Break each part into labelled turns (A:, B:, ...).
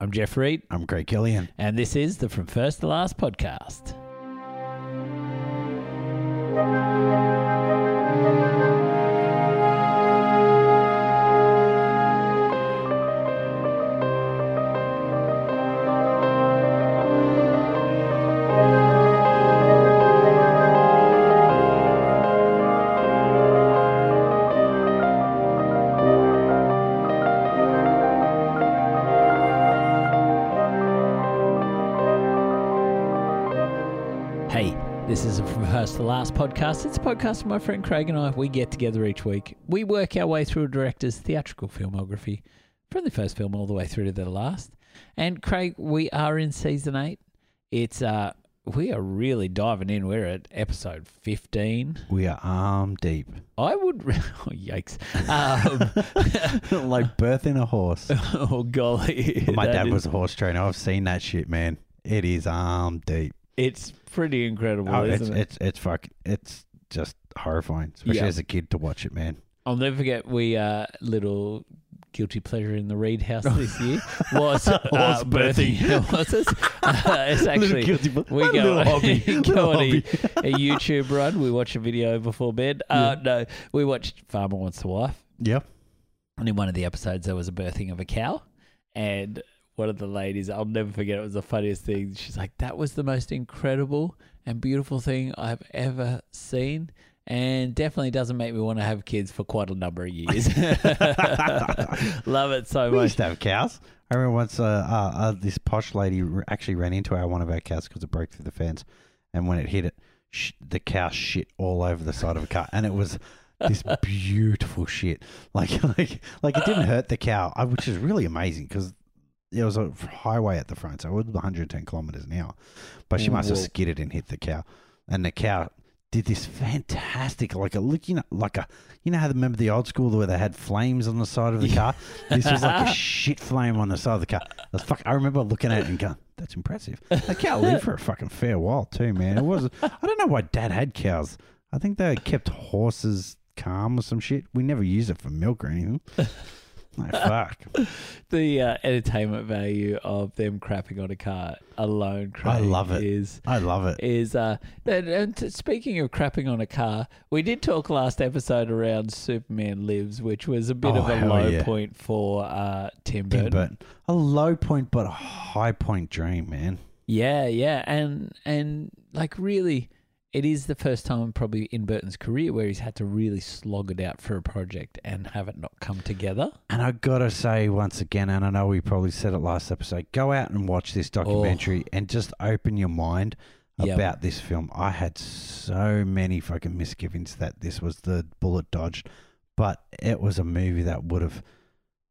A: I'm Jeff Reed,
B: I'm Craig Killian.
A: and this is the From First to Last podcast. Hey, this is the From First to Last podcast. It's a podcast where my friend Craig and I. We get together each week. We work our way through a director's theatrical filmography, from the first film all the way through to the last. And Craig, we are in season eight. It's uh, we are really diving in. We're at episode fifteen.
B: We are arm deep,
A: I would, re- oh, yikes. Um,
B: like birthing a horse.
A: oh golly,
B: My
A: that
B: dad
A: is-
B: was a horse trainer. I've seen that shit, man. It is arm deep.
A: It's pretty incredible,
B: oh,
A: isn't
B: it's,
A: it?
B: it's it's fuck. It's just horrifying, especially
A: Yeah.
B: as a kid to watch it, man.
A: I'll never forget we uh, little guilty pleasure in the Reed house this year was uh,
B: Horse birthing.
A: horses. Uh, it's actually
B: guilty, but
A: we go,
B: little hobby.
A: go
B: little
A: on a,
B: hobby.
A: a YouTube run. We watch a video before bed. Uh, No, we watched Farmer Wants a Wife,
B: Yep.
A: and in one of the episodes there was a birthing of a cow, and one of the ladies I'll never forget. It was the funniest thing. She's like, "That was the most incredible and beautiful thing I've ever seen." And definitely doesn't make me want to have kids for quite a number of years. Love it so
B: We
A: much.
B: used to have cows. I remember once uh, uh, uh, this posh lady r- actually ran into our one of our cows because it broke through the fence, and when it hit it, sh- the cow shit all over the side of a car, and it was this beautiful shit. Like like like it didn't hurt the cow, I- which is really amazing because. There was a highway at the front, so it was 110 kilometers an hour. But she must have
A: Whoa.
B: skidded and hit the cow, and the cow did this fantastic, like a look, you know, like a, you know how remember the old school where they had flames on the side of the car. This was like a shit flame on the side of the car. I, was fuck, I remember looking at it and going, "That's impressive." The cow lived for a fucking fair while too, man. It was. I don't know why Dad had cows. I think they kept horses calm or some shit. We never used it for milk or anything. Like fuck.
A: The uh, entertainment value of them crapping on a car alone, Craig,
B: love it.
A: Is
B: I love it.
A: is uh and, and t- speaking of crapping on a car we did talk last episode around superman lives which was a bit
B: Oh,
A: of a
B: hell
A: low
B: yeah.
A: point for uh tim burton.
B: Tim Burton. A low point, but a high point dream, man.
A: yeah yeah and and like really it is the first time probably in burton's career where he's had to really slog it out for a project and have it not come together
B: And I gotta say once again, and I know we probably said it last episode, go out and watch this documentary and just open your mind
A: Oh. Yep.
B: about this film. I had so many fucking misgivings that this was the bullet dodged, but it was a movie that would have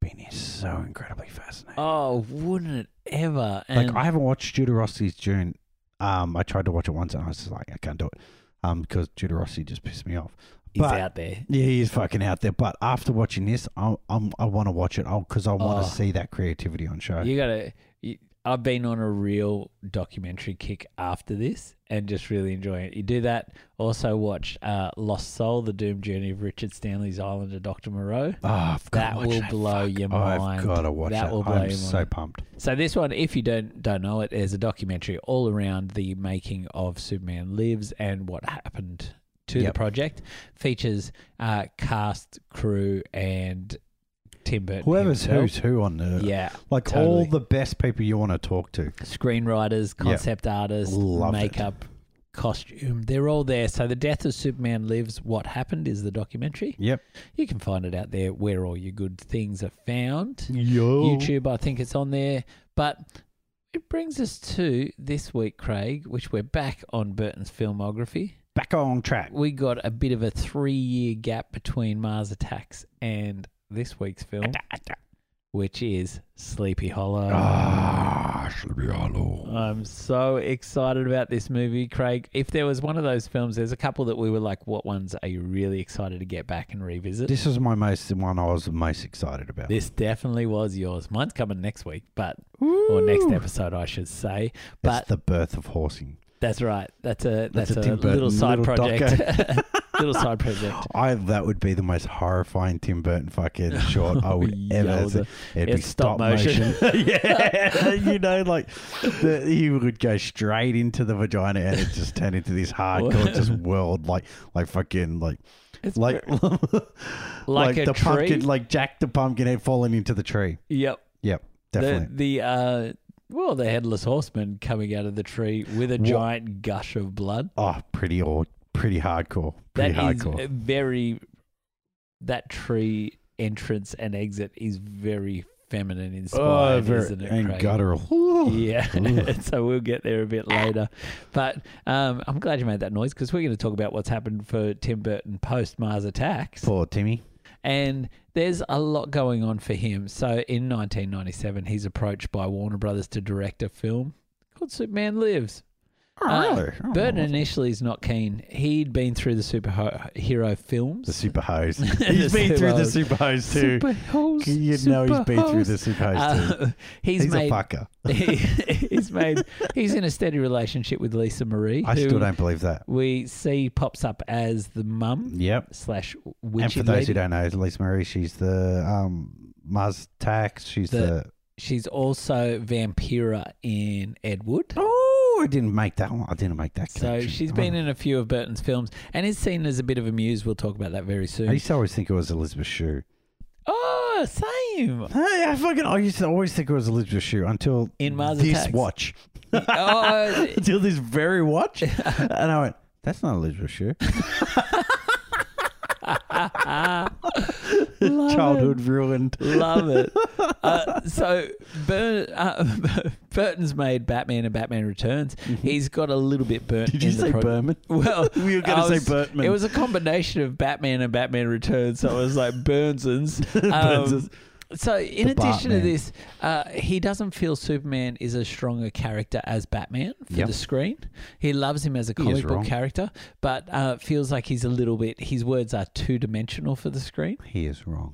B: been so incredibly fascinating.
A: oh wouldn't it ever and
B: like I haven't watched Deuterosity's Dune. Um, I tried to watch it once and I was just like, I can't do it. Um, because Deuterosity just pissed me off.
A: he's
B: but-
A: out there
B: Yeah, he is fucking out there. But after watching this, I'm, I'm, I want to watch it because I want
A: Oh.
B: to see that creativity on show.
A: You gotta. You, I've been on a real documentary kick after this and just really enjoying it. You do that. Also watch uh, Lost Soul: The Doomed Journey of Richard Stanley's Islander Doctor Moreau.
B: Oh, I've got
A: That
B: to watch
A: will
B: that.
A: blow your mind.
B: I've got to watch
A: That
B: that.
A: will blow
B: I'm
A: your
B: so
A: mind.
B: pumped.
A: So this one, if you don't don't know it, is a documentary all around the making of Superman Lives and what happened to the
B: Yep.
A: project. Features uh, cast, crew, and Tim Burton.
B: Whoever's
A: himself.
B: who's who on the
A: yeah,
B: like
A: totally.
B: all the best people you want to talk to.
A: screenwriters, concept artists,
B: Love it.
A: makeup, costume. They're all there. So The Death of Superman Lives, What Happened is the documentary.
B: Yep.
A: You can find it out there where all your good things are found.
B: Yo.
A: YouTube, I think it's on there. But it brings us to this week, Craig, which we're back on Burton's filmography.
B: Back on track.
A: We got a bit of a three year gap between Mars Attacks and this week's film, which is Sleepy Hollow.
B: Ah, Sleepy Hollow.
A: I'm so excited about this movie, Craig. If there was one of those films, there's a couple that we were like, what ones are you really excited to get back and revisit? This,
B: This is my most the one I was the most excited about.
A: definitely was yours. Mine's coming next week, but or next
B: Ooh.
A: episode, I should say.
B: It's
A: But
B: the birth of horsing.
A: that's right. That's a that's,
B: That's a
A: a,
B: Tim Burton
A: little side
B: little
A: project. little side project.
B: I that would be the most horrifying Tim Burton fucking short I would ever.
A: Yowza.
B: see. It'd be
A: It's stop
B: stop motion. yeah, you know, like the, he would go straight into the vagina and it just turn into this hardcore just world, like like fucking like
A: It's
B: like
A: Like a
B: the
A: tree?
B: pumpkin, like Jack the pumpkin had fallen into the tree.
A: Yep.
B: Yep,
A: The,
B: definitely.
A: the uh, well, the headless horseman coming out of the tree with a
B: Wha-
A: giant gush of blood.
B: oh, pretty or pretty hardcore,
A: That
B: pretty
A: is
B: hardcore.
A: very. That tree entrance and exit is very feminine inspired, isn't it?
B: Oh, and
A: Craig?
B: guttural.
A: Yeah,
B: Ooh.
A: so we'll get there a bit later. But um, I'm glad you made that noise because we're going to talk about what's happened for Tim Burton post Mars Attacks.
B: Poor Timmy.
A: And there's a lot going on for him. So in 1997, he's approached by Warner Brothers to direct a film called Superman Lives.
B: Oh,
A: Uh,
B: really? Oh,
A: Burton initially is not keen. He'd been through the superhero
B: the
A: films.
B: super hose.
A: The
B: He's been through the
A: superhose.
B: super hose
A: Superhose,
B: too. you know he's been through
A: superhose.
B: the super hose too.
A: Uh, he's,
B: He's,
A: made
B: a fucker.
A: he's made he's in a steady relationship with Lisa Marie,
B: I
A: who
B: still don't believe that.
A: we see pops up as the mum
B: Yep.
A: slash
B: And
A: witchy
B: for those
A: lady.
B: who don't know, Lisa Marie, she's the um, Mars Tax. She's
A: The-
B: the,
A: She's also Vampira in Ed Wood.
B: Oh, I didn't make that one. I didn't make that.
A: So
B: connection.
A: she's
B: Oh.
A: been in a few of Burton's films and is seen as a bit of a muse. We'll talk about that very
B: I
A: soon.
B: used to always think it was Elizabeth Shue.
A: Oh, same.
B: Hey, I fucking I used to always think it was Elizabeth Shue until
A: In Mars
B: this
A: Attacks.
B: watch.
A: Oh,
B: until this very watch, and I went, "That's not Elizabeth Shue."
A: love
B: Childhood ruined.
A: It. Love it. Uh, so Bur- uh, Burton's made Batman and Batman Returns. He's got a little bit burnt.
B: Did you
A: in the
B: say
A: pro-
B: Berman?
A: Well,
B: We were going
A: I
B: to
A: was-
B: say Bertman.
A: It was a combination of Batman and Batman Returns. So it was like Burnsons. Um,
B: Burnsons.
A: so, in
B: The
A: addition to
B: Batman.
A: this, uh, he doesn't feel Superman is as strong a character as Batman for
B: Yep.
A: the screen. He loves him as a
B: He is
A: comic book
B: wrong.
A: character, but uh, feels like he's a little bit, his words are two dimensional for the screen.
B: he is wrong,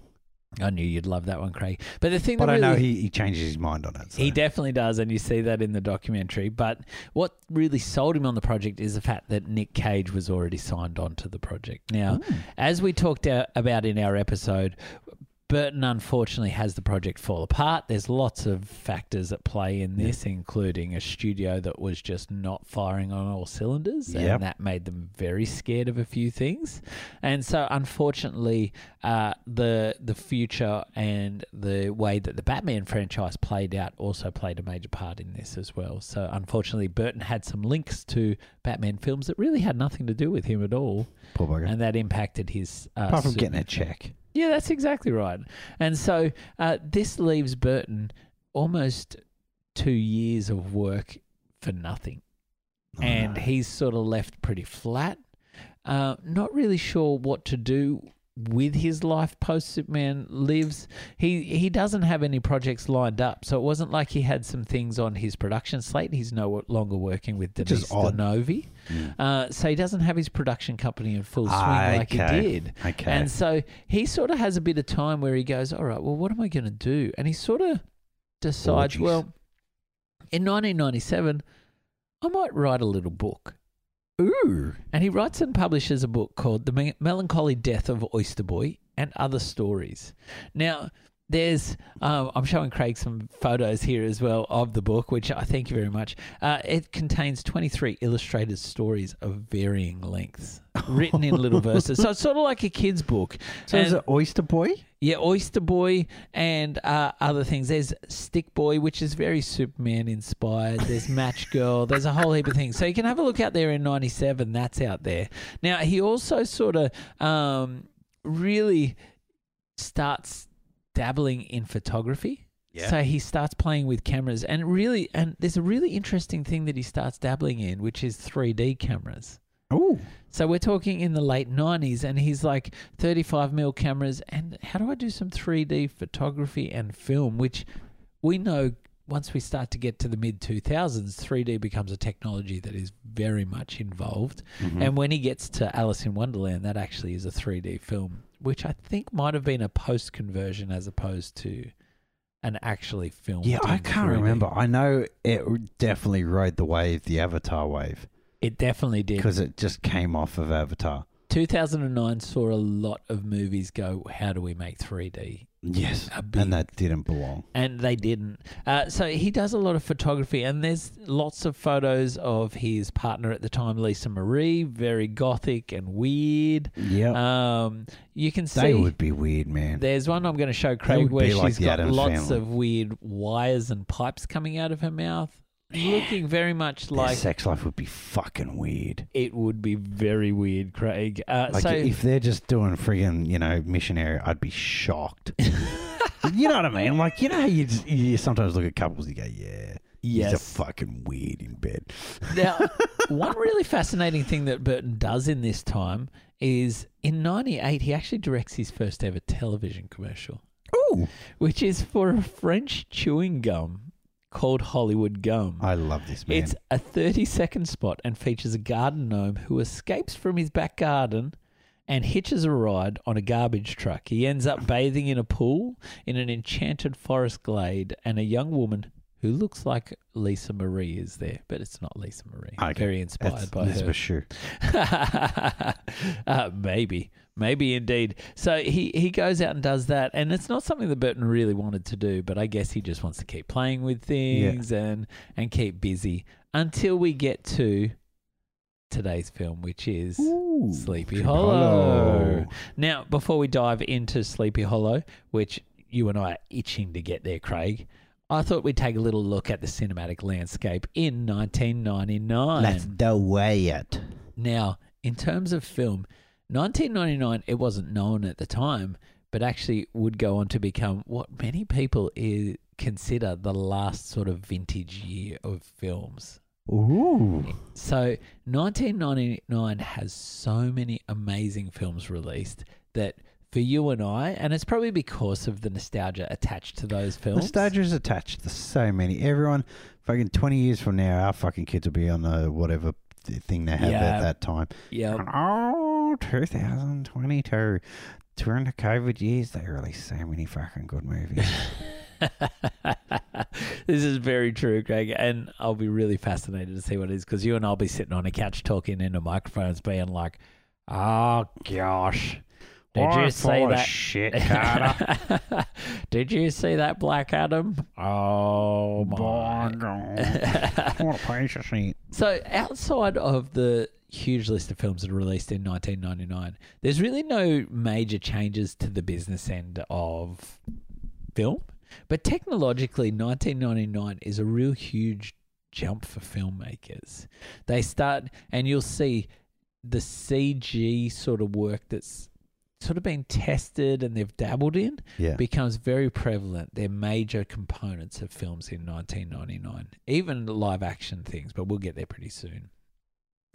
A: I knew you'd love that one, Craig. But the thing
B: but
A: that really,
B: I know he, he changes his mind on it. So.
A: he definitely does, and you see that in the documentary. But what really sold him on the project is the fact that Nick Cage was already signed on to the project. Now, as we talked a- about in our episode, Burton unfortunately has the project fall apart. There's lots of factors at play in this, including a studio that was just not firing on all cylinders,
B: Yep.
A: and that made them very scared of a few things. And so, unfortunately, uh, the the future and the way that the Batman franchise played out also played a major part in this as well. So, unfortunately, Burton had some links to Batman films that really had nothing to do with him at all,
B: Poor bugger.
A: and that impacted his. Uh,
B: Apart from
A: suit.
B: getting a check.
A: Yeah, that's exactly right. And so uh, this leaves Burton almost two years of work for nothing.
B: Oh,
A: and
B: no.
A: he's sort of left pretty flat. Uh, not really sure what to do with his life post Superman lives. He he doesn't have any projects lined up, so it wasn't like he had some things on his production slate. He's no longer working with
B: Which is
A: Denise
B: odd.
A: Denovi,
B: Mm,
A: uh, so he doesn't have his production company in full swing
B: Ah,
A: like
B: okay.
A: he did.
B: Okay.
A: And so he sort of has a bit of time where he goes, all right, well, what am I going to do? And he sort of decides,
B: Orgies.
A: well, in 1997, I might write a little book.
B: Ooh.
A: And he writes and publishes a book called The Me- Melancholy Death of Oyster Boy and Other Stories. Now, there's, um, I'm showing Craig some photos here as well of the book, which I thank you very much. Uh, it contains 23 illustrated stories of varying lengths, written in little verses. So it's sort of like a kid's book.
B: So is
A: And-
B: it Oyster Boy?
A: yeah, Oyster Boy and uh, other things. There's Stick Boy, which is very Superman inspired. There's Match Girl. There's a whole heap of things. So you can have a look out there in '97. That's out there. Now he also sort of um, really starts dabbling in photography.
B: Yeah.
A: So he starts playing with cameras, and really, and there's a really interesting thing that he starts dabbling in, which is 3D cameras.
B: Ooh.
A: So we're talking in the late 90s, and he's like 35 mil cameras. And how do I do some 3D photography and film? Which we know once we start to get to the mid 2000s, 3D becomes a technology that is very much involved.
B: Hmm. Mm-hmm.
A: And when he gets to Alice in Wonderland, that actually is a 3D film, which I think might have been a post conversion as opposed to an actually filmed.
B: Yeah, I
A: in
B: can't
A: 3D.
B: remember. I know it definitely rode the wave, the Avatar wave,
A: It definitely did.
B: because it just came off of Avatar.
A: 2009 saw a lot of movies go, how do we make 3D?
B: Yes.
A: A big-
B: And that didn't belong.
A: and they didn't. Uh, so he does a lot of photography, and there's lots of photos of his partner at the time, Lisa Marie, very gothic and weird.
B: Yeah.
A: Um, you can see
B: they would be weird, man.
A: there's one I'm going to show Craig
B: would
A: where
B: be
A: she's
B: like the
A: got
B: Addams
A: lots
B: Family.
A: of weird wires and pipes coming out of her mouth, looking very much
B: Their
A: like
B: sex life would be fucking weird.
A: it would be very weird, Craig. Uh,
B: Like
A: so
B: if they're just doing friggin', you know, missionary, I'd be shocked. you know what I mean? Like you know how you just, you sometimes look at couples, you go, yeah, he's
A: yes,
B: a fucking weird in bed.
A: Now, one really fascinating thing that Burton does in this time is in 98, he actually directs his first ever television commercial,
B: Ooh,
A: which is for a French chewing gum called Hollywood Gum.
B: I love this man.
A: It's a 30 second spot and features a garden gnome who escapes from his back garden and hitches a ride on a garbage truck. He ends up bathing in a pool in an enchanted forest glade, and a young woman who looks like Lisa Marie is there, but it's not Lisa Marie.
B: Okay.
A: Very inspired
B: That's-
A: by
B: this
A: her.
B: was sure.
A: uh, maybe, maybe indeed. So he he goes out and does that, and it's not something that Burton really wanted to do, but I guess he just wants to keep playing with things and and keep busy until we get to today's film, which is.
B: Ooh,
A: Sleepy
B: Sleepy
A: Hollow.
B: Hollow.
A: Now, before we dive into Sleepy Hollow, which you and I are itching to get there, Craig, I thought we'd take a little look at the cinematic landscape in 1999.
B: That's the way it.
A: Now, in terms of film, 1999, it wasn't known at the time, but actually would go on to become what many people i consider the last sort of vintage year of films.
B: Ooh,
A: So, 1999 has so many amazing films released that for you and I, and it's probably because of the nostalgia attached to those films.
B: nostalgia is attached. There's so many. Everyone, fucking twenty years from now, our fucking kids will be on the whatever th- thing they had
A: Yeah.
B: at that time.
A: Yeah.
B: And, Oh, 2022. During the COVID years, they released so many fucking good movies.
A: this is very true, Craig, and I'll be really fascinated to see what it is because you and I'll be sitting on a couch talking into microphones, being like, "Oh gosh, did
B: Why
A: you
B: full
A: see
B: of
A: that?
B: Shit, Carter.
A: did you see that Black Adam? Oh
B: By
A: my!"
B: God. what a piece of shit.
A: So outside of the huge list of films that were released in 1999, there's really no major changes to the business end of film. But technologically, 1999 is a real huge jump for filmmakers. They start, and you'll see the CG sort of work that's sort of been tested and they've dabbled in
B: Yeah.
A: becomes very prevalent. They're major components of films in 1999, even live action things, but we'll get there pretty soon.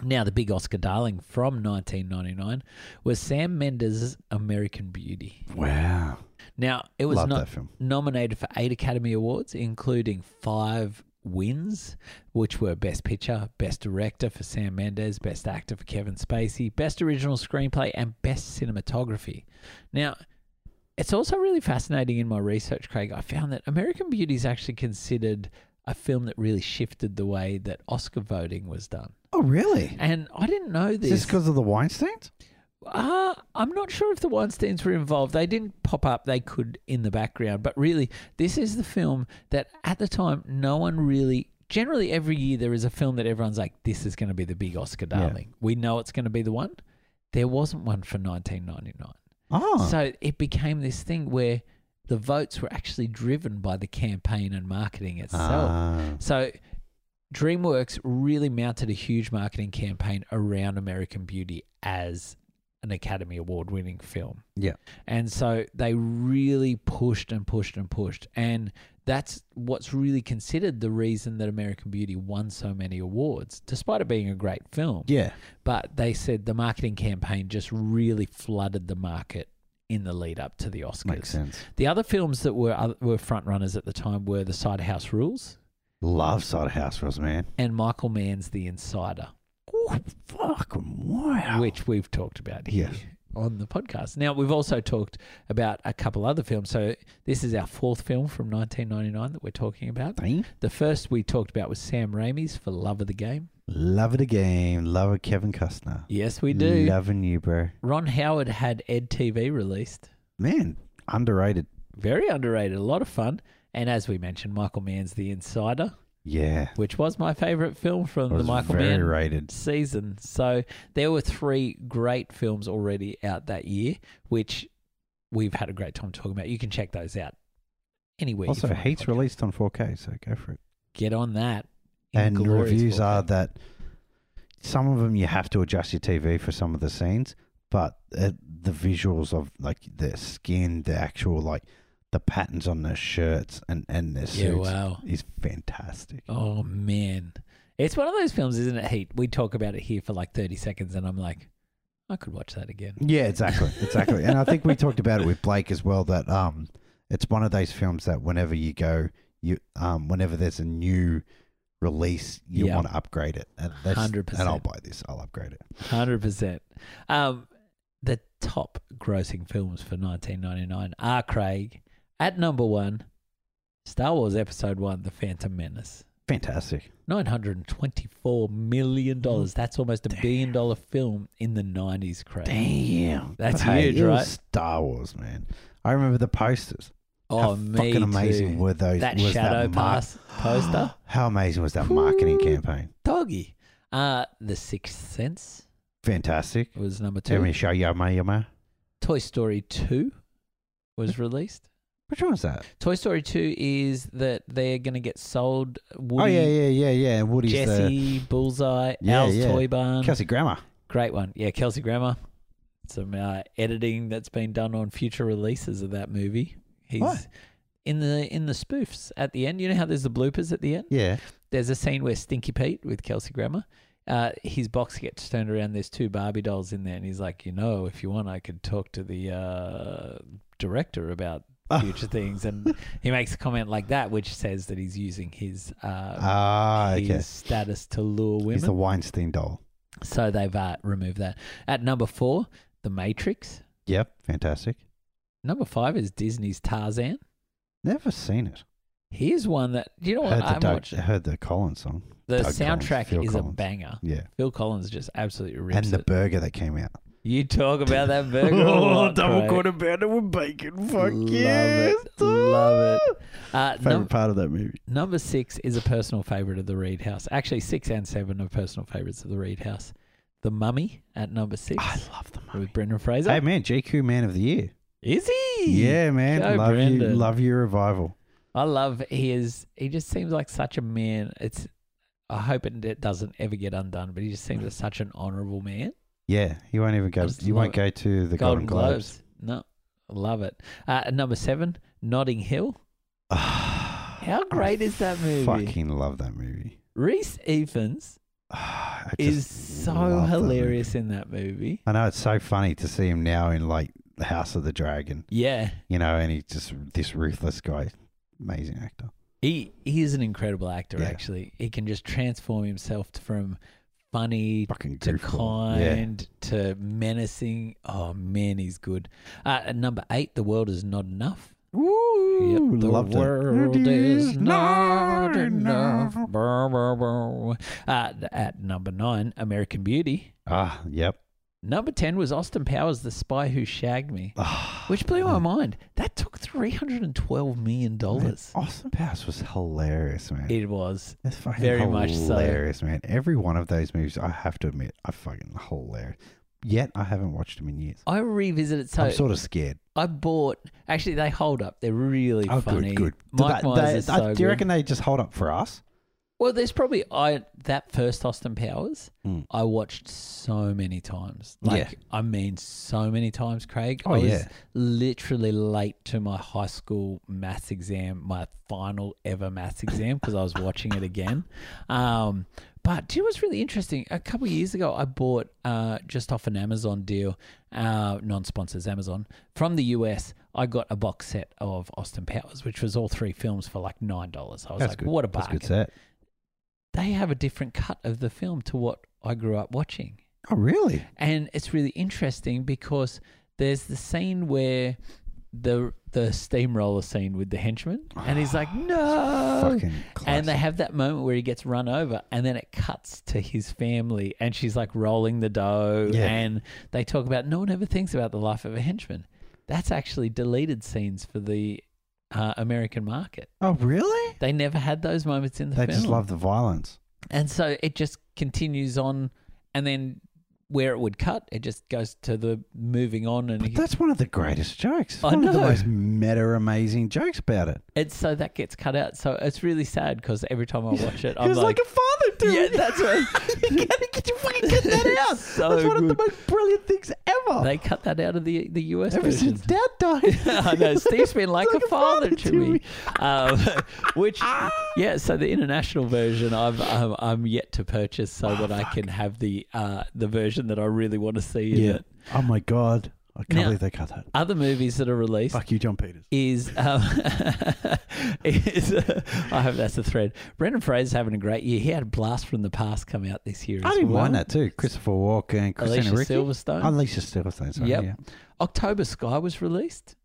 A: Now, the big Oscar darling from 1999 was Sam Mendes' American Beauty.
B: Wow.
A: Now, it was
B: Love
A: not
B: that film.
A: nominated for eight Academy Awards, including five wins, which were Best Picture, Best Director for Sam Mendes, Best Actor for Kevin Spacey, Best Original Screenplay, and Best Cinematography. Now, it's also really fascinating in my research, Craig. I found that American Beauty is actually considered a film that really shifted the way that Oscar voting was done.
B: Oh, really?
A: And I didn't know
B: Is this because of the Weinsteins?
A: uh, I'm not sure if the Weinsteins were involved. They didn't pop up. They could in the background. But really, this is the film that at the time, no one really. Generally, every year there is a film that everyone's like, this is going to be the big Oscar
B: Yeah.
A: darling. We know it's going to be the one. There wasn't one for 1999.
B: Oh.
A: So it became this thing where the votes were actually driven by the campaign and marketing itself.
B: Ah.
A: So DreamWorks really mounted a huge marketing campaign around American Beauty as an Academy Award winning film.
B: Yeah.
A: And so they really pushed and pushed and pushed. And that's what's really considered the reason that American Beauty won so many awards, despite it being a great film.
B: yeah.
A: But they said the marketing campaign just really flooded the market in the lead up to the Oscars.
B: Makes sense.
A: The other films that were uh, were front runners at the time were The Side House Rules,
B: Love Side of House Rules, man.
A: and Michael Mann's The Insider,
B: Oh, fucking wow.
A: which we've talked about here
B: Yes.
A: on the podcast. Now, we've also talked about a couple other films. So, this is our fourth film from 1999 that we're talking about.
B: Thing?
A: The first we talked about was Sam Raimi's For Love of the Game.
B: Love it again. Love it, Kevin Costner.
A: Yes, we do.
B: Loving you, bro.
A: Ron Howard had Ed TV released.
B: Man, underrated.
A: Very underrated. A lot of fun. And as we mentioned, Michael Mann's The Insider,
B: Yeah.
A: which was my favorite film
B: It
A: from the
B: was
A: Michael
B: very
A: Mann
B: rated.
A: season. So there were three great films already out that year, which we've had a great time talking about. You can check those out anywhere. you
B: Also,
A: find
B: Heat's
A: podcasts.
B: released on 4K, so go for it.
A: Get on that.
B: and the
A: Inglorious
B: reviews
A: Warfare.
B: are that some of them you have to adjust your TV for some of the scenes, but uh, the visuals of like their skin, the actual like the patterns on their shirts and and their
A: Yeah,
B: suits
A: wow.
B: is fantastic.
A: Oh, man. It's one of those films, isn't it, Heat? We talk about it here for like 30 seconds, and I'm like, I could watch that again.
B: Yeah, exactly, exactly. and I think we talked about it with Blake as well that um, it's one of those films that whenever you go, you um, whenever there's a new release, you
A: Yeah.
B: want to upgrade it, and that's
A: 100%.
B: and I'll buy this, I'll upgrade it.
A: Hundred percent. Um, the top grossing films for 1999 are Craig at number one, Star Wars Episode One: The Phantom Menace.
B: Fantastic.
A: Nine hundred and twenty-four million dollars. That's almost a billion-dollar film in the nineties. Craig.
B: Damn,
A: That's huge,
B: it was
A: right?
B: Star Wars, man. I remember the posters.
A: Oh,
B: How
A: me
B: fucking amazing
A: too.
B: were those?
A: That
B: was
A: shadow
B: that mar-
A: pass poster,
B: How amazing was that marketing
A: Woo.
B: campaign?
A: doggy. Uh, The Sixth Sense
B: Fantastic.
A: was number two.
B: Let me show you, my yama.
A: Toy Story Two was released.
B: Which one was that?
A: Toy Story 2 is that they're going to get sold Woody,
B: Oh yeah, yeah, yeah, yeah. And Woody's
A: Jesse, Bullseye,
B: Yeah,
A: Al's
B: yeah.
A: Toy Barn.
B: the Kelsey Grammer.
A: Great one. Yeah, Kelsey Grammer. Some uh, editing that's been done on future releases of that movie. He's
B: Right.
A: in the in the spoofs at the end. You know how there's the bloopers at the end?
B: Yeah.
A: There's a scene where Stinky Pete with Kelsey Grammer, uh, his box gets turned around. There's two Barbie dolls in there, and he's like, you know, if you want, I could talk to the uh, director about future things, and um, he makes a comment like that, which says that he's using his uh,
B: Ah, okay.
A: his status to lure
B: He's
A: women.
B: the Weinstein doll.
A: so they've uh, removed that. At number four, The Matrix.
B: Yep, fantastic.
A: Number five is Disney's Tarzan.
B: Never seen it.
A: Here's one that you know
B: heard
A: what
B: the
A: Oh, I'm
B: Doug,
A: watching.
B: heard the Collins song.
A: The
B: Doug Collins,
A: soundtrack
B: Phil
A: is a
B: Collins.
A: banger.
B: Yeah,
A: Phil Collins just absolutely rips
B: and the Oh,
A: it.
B: burger that came out.
A: You talk about that burger. a lot, Craig.
B: burger with bacon.
A: Love it, love
B: it.
A: Uh,
B: Favorite
A: num-
B: part of that movie.
A: Number six is a personal favorite of the Reed House. Actually, six and seven are personal favorites of the Reed House. The Mummy at number six
B: I love the movie.
A: with Brendan Fraser.
B: Hey man, GQ Man of the Year.
A: is he?
B: Yeah, man.
A: Go
B: love you.
A: Brendan.
B: Love your revival.
A: I love he is. He just seems like such a man. It's. I hope it d- doesn't ever get undone, but he just seems like such an honourable man.
B: Yeah, you won't even
A: I
B: go.
A: just
B: You
A: love
B: won't
A: it.
B: go to the Golden, Globes.
A: No, I love it. Uh, at number seven, Notting Hill.
B: How
A: great is that movie?
B: Fucking love that movie.
A: Reese Evans
B: I
A: is
B: just
A: so
B: love that movie.
A: hilarious in that movie.
B: I know it's so funny to see him now in like the House of the Dragon,
A: Yeah,
B: you know, and he's just this ruthless guy, amazing actor.
A: He he is an incredible actor.
B: Yeah.
A: Actually, he can just transform himself t- from funny
B: Fucking
A: to
B: goofball. Yeah.
A: kind to menacing. Oh man, he's good. Uh, at number eight, the world is not enough.
B: Ooh,
A: the
B: loved it.
A: world
B: It
A: is not enough. Brr, brr, brr. Uh, at number nine, American Beauty.
B: Ah, yep.
A: Number ten was Austin Powers, The Spy Who Shagged Me,
B: Ah,
A: which blew my mind. That took three hundred and twelve million
B: man,
A: dollars.
B: Austin Powers was hilarious, man.
A: It was
B: That's fucking
A: Very much so.
B: hilarious, man. Every one of those movies, I have to admit, are fucking hilarious. Yet I haven't watched them in years.
A: I revisited so
B: I'm sort of scared.
A: I bought. Actually, they hold up. They're really
B: Oh,
A: funny.
B: good, good. Do
A: Mike
B: they-
A: Myers
B: they-
A: is
B: I-
A: so
B: do you
A: good.
B: reckon they just hold up for us?
A: Well, there's probably I that first Austin Powers.
B: Mm.
A: I watched so many times. Like I mean, so many times, Craig.
B: Oh,
A: I was
B: yeah.
A: literally late to my high school maths exam, my final ever maths exam, because I was watching it again. Um, but do you know what's really interesting? A couple of years ago, I bought uh, just off an Amazon deal, uh, non-sponsors Amazon from the US. I got a box set of Austin Powers, which was all three films for like nine dollars. I was
B: That's
A: like,
B: good.
A: "What a
B: That's a
A: bargain!"
B: good set.
A: they have a different cut of the film to what I grew up watching.
B: Oh, really?
A: And it's really interesting because there's the scene where the the steamroller scene with the henchman, and he's like, "No!"
B: Ah, Fucking
A: Uh, and they
B: classic.
A: have that moment where he gets run over, and then it cuts to his family, and she's like rolling the dough,
B: Yeah.
A: and they talk about no one ever thinks about the life of a henchman. That's actually deleted scenes for the uh, American market.
B: Oh, really?
A: They never had those moments in the
B: They
A: film,
B: just love the violence.
A: and so it just continues on, and then where it would cut, it just goes to the moving on, and
B: But
A: he-
B: that's one of the greatest jokes. It's
A: I
B: one of the
A: know.
B: most meta amazing jokes about it.
A: it's so that gets cut out. So it's really sad because every time I watch it,
B: He
A: I'm
B: was
A: like,
B: like, a father, dude.
A: yeah, that's right.
B: you gotta get you fucking get that out.
A: So
B: that's one of the
A: good.
B: most brilliant things ever.
A: They cut that out of the the US
B: Ever
A: version.
B: since Dad died.
A: I know Steve's been like, a father, to me, Um, which yeah. So the international version, I've um, I'm yet to purchase
B: Oh,
A: so that I can have the uh, the version that I really want to see. In
B: Yeah.
A: it.
B: Oh my god. I can't
A: Now-
B: believe they cut that.
A: Other movies that are released
B: Fuck you, John Peters.
A: is um, is uh, I hope that's a thread. Brendan Fraser's having a great year. He had Blast from the Past come out this year.
B: I
A: as
B: didn't
A: well.
B: mind that too. Christopher Walken, Christina
A: Alicia
B: Ricci.
A: Silverstone.
B: Alicia Silverstone. Sorry,
A: Yep.
B: yeah.
A: October Sky was released.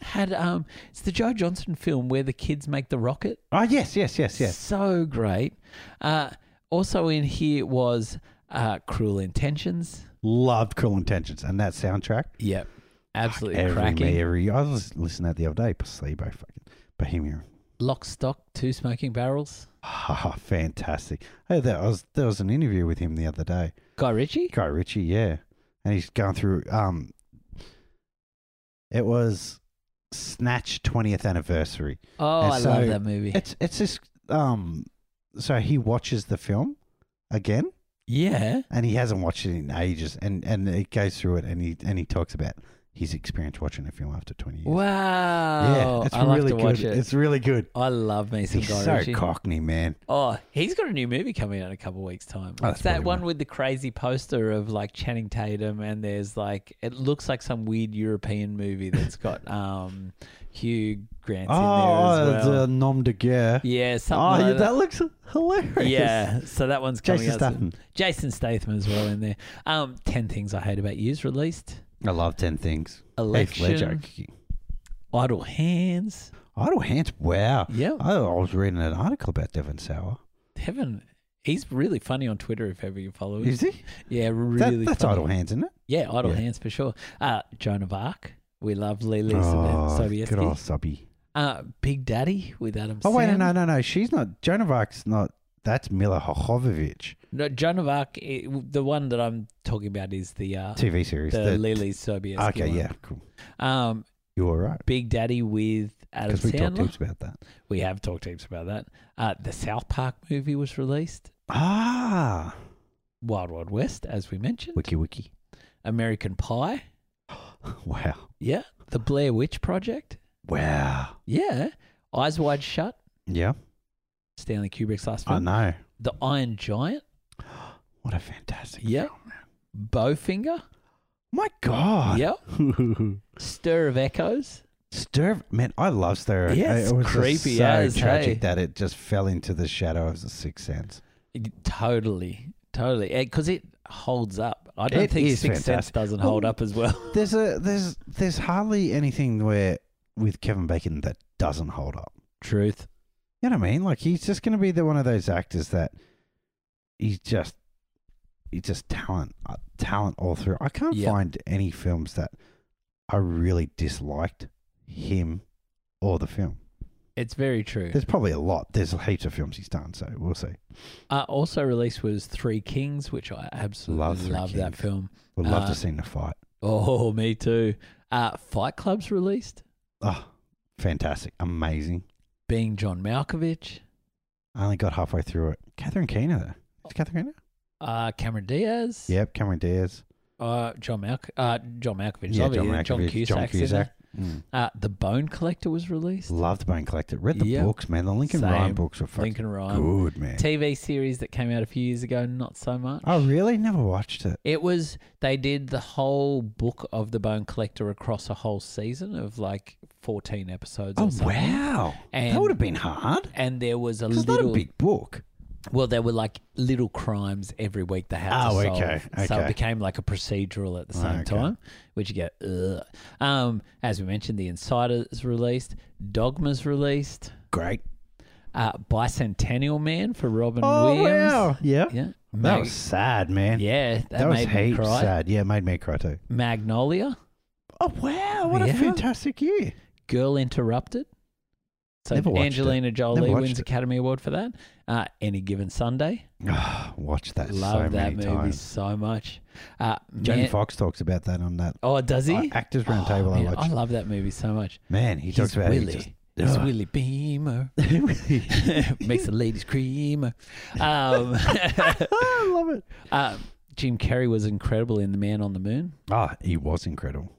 A: Had um, it's the Joe Johnson film where the kids make the rocket.
B: Oh yes, yes, yes, yes.
A: So great. Uh, also in here was uh, Cruel Intentions.
B: Loved Cruel Intentions and that soundtrack.
A: Yep. Absolutely
B: every
A: cracking.
B: Mary. I was listening to that the other day. Placebo, fucking Bohemian.
A: Lock, Stock, Two Smoking Barrels.
B: Ah, fantastic. Hey, there was there was an interview with him the other day.
A: Guy Ritchie.
B: Guy Ritchie, yeah, and he's going through. Um, it was Snatch twentieth anniversary.
A: Oh,
B: And
A: I
B: so
A: love that movie.
B: It's it's this. Um, so he watches the film again,
A: Yeah.
B: and he hasn't watched it in ages, and and it goes through it, and he and he talks about his experience watching a film after twenty years.
A: Wow.
B: yeah, it's
A: I love
B: really
A: to
B: good.
A: watch it.
B: It's really good.
A: I love me some
B: He's
A: Guy
B: so
A: Ritchie.
B: cockney, man.
A: Oh, he's got a new movie coming out in a couple of weeks' time.
B: Oh,
A: it's
B: that's
A: that
B: probably
A: one
B: right.
A: with the crazy poster of like Channing Tatum, and there's like it looks like some weird European movie that's got um Hugh Grant in
B: oh,
A: there as well.
B: the nom de guerre.
A: yeah, something
B: Oh,
A: like
B: yeah,
A: that.
B: that looks hilarious.
A: Yeah, so that one's coming
B: Jason
A: out. soon.
B: Statham.
A: Jason Statham as well in there. Um, Ten Things I Hate About You's released.
B: I love 10 things. Heath Ledger.
A: Election. Idle Hands.
B: Idle Hands, wow.
A: Yeah,
B: I, I was reading an article about Devon Sauer.
A: heaven. He's really funny on Twitter if ever you follow him.
B: Is he?
A: Yeah,
B: That-
A: really.
B: that's
A: funny.
B: Idle Hands, isn't it?
A: Yeah, idle
B: Yeah.
A: hands for sure. Uh, Joan of Arc. We love Lily
B: oh, good old
A: Sobieski.
B: Sobby.
A: Uh, Big Daddy with Adam
B: Oh, wait, no,
A: Sandler.
B: no, no, no. She's not. Joan of Arc's not. That's Mila Hochovovich
A: No, Joan of Arc, eh, the one that I'm talking about is the uh,
B: TV series.
A: the
B: The-
A: Lily Sobieski.
B: okay,
A: one.
B: yeah, cool.
A: Um,
B: You were right.
A: Big Daddy with Adam
B: Because we talked
A: Sandler.
B: heaps about that.
A: we have talked heaps about that. Uh, the South Park movie was released.
B: Ah,
A: Wild Wild West, as we mentioned.
B: wiki wiki.
A: American Pie.
B: Wow,
A: Yeah. The Blair Witch Project.
B: wow.
A: Yeah. Eyes Wide Shut.
B: Yeah,
A: Stanley Kubrick's last
B: I
A: film.
B: know.
A: the Iron Giant.
B: What a fantastic.
A: Yeah. Bowfinger.
B: My God.
A: Yep.
B: Yeah.
A: Stir of Echoes.
B: Stir, man, I love Stir.
A: Yeah,
B: I-
A: it's
B: it was just
A: creepy
B: so
A: as,
B: tragic
A: hey.
B: that it just fell into the shadow of the Sixth Sense.
A: Totally, totally, because it holds up. I don't
B: It
A: think
B: is
A: Sixth Sense
B: fantastic.
A: doesn't hold
B: Well,
A: up as well.
B: There's a there's there's hardly anything where with Kevin Bacon that doesn't hold up.
A: Truth.
B: You know what I mean? Like he's just going to be the one of those actors that he's just he's just talent uh, talent all through. I can't
A: Yeah.
B: find any films that I really disliked him or the film.
A: It's very true.
B: There's probably a lot. There's heaps of films he's done, so we'll see.
A: Uh, also released was Three Kings, which I absolutely
B: Love
A: love,
B: Three
A: that
B: Kings.
A: film.
B: Would love
A: Uh,
B: to see the fight.
A: Oh, me too. Uh, Fight Club's released.
B: Oh, fantastic. Amazing.
A: Being John Malkovich,
B: I only got halfway through it. Catherine Keener, though. Is it Catherine Keener?
A: uh, Cameron Diaz.
B: Yep, Cameron Diaz.
A: Uh, John Malk. Uh, John Malkovich.
B: yeah,
A: obviously,
B: Malkovich,
A: John Cusack's in
B: Cusack.
A: there.
B: Mm.
A: Uh, the Bone Collector was released.
B: Loved Bone Collector. Read the
A: Yep.
B: books, man. The Lincoln Rhyme
A: Same.
B: books were fucking
A: Lincoln Rhyme.
B: good, man.
A: TV series that came out a few years ago, not so much.
B: oh, really? Never watched it.
A: It was they did the whole book of the Bone Collector across a whole season of like fourteen episodes.
B: Oh,
A: or something.
B: wow.
A: And
B: that would have been hard.
A: and there was a
B: It's
A: little
B: not a big book.
A: Well, there were like little crimes every week they had
B: Oh,
A: to solve.
B: okay,
A: So
B: okay.
A: it became like a procedural at the same
B: Okay.
A: time, which you get. Ugh. Um, as we mentioned, the Insiders released, Dogma's released,
B: Great.
A: uh, Bicentennial Man for Robin
B: Oh
A: Williams.
B: wow. Yeah.
A: Yeah,
B: That
A: Mag-
B: was sad, man.
A: yeah, that,
B: that, was
A: made me
B: heaps uh,
A: cry.
B: sad. Yeah, it made me cry too.
A: Magnolia,
B: Oh wow, what
A: Yeah.
B: a fantastic year.
A: Girl Interrupted. So
B: Never watched it.
A: Angelina Jolie
B: watched
A: wins
B: it.
A: Academy Award for that. Uh, Any Given Sunday,
B: Ah, watch that
A: love
B: so
A: that
B: many
A: movie
B: times.
A: so much. Uh,
B: Jamie
A: Man-
B: Fox talks about that on that
A: oh, does he?
B: uh, Actors Roundtable
A: Oh,
B: I
A: man,
B: watched.
A: love that movie so much.
B: man, he
A: He's
B: talks about
A: Willy. He's
B: ugh.
A: Willy Beamer.
B: He just,
A: Makes the ladies creamer. Um,
B: I love it.
A: uh, Jim Carrey was incredible in The Man on the Moon.
B: Ah, he was incredible.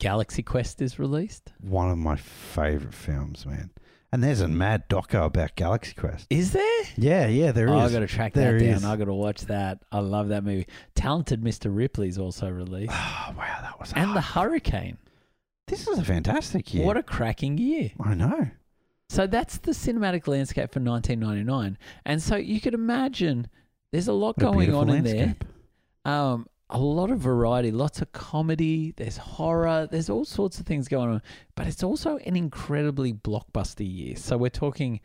A: Galaxy Quest is released.
B: One of my favorite films, man. And there's a mad doco about Galaxy Quest.
A: Is there?
B: Yeah, yeah, there is.
A: oh, i got to track
B: There
A: that down.
B: is.
A: i got to watch that. I love that movie. Talented Mr. Ripley's also released.
B: Oh, wow, that was.
A: And The
B: hard.
A: Hurricane.
B: this is a fantastic year.
A: What a cracking year.
B: I know.
A: So that's the cinematic landscape for 1999. And so you could imagine there's a lot
B: What a
A: going
B: beautiful
A: on in there.
B: landscape.
A: um, a lot of variety, lots of comedy, there's horror, there's all sorts of things going on, but it's also an incredibly blockbuster year. So we're talking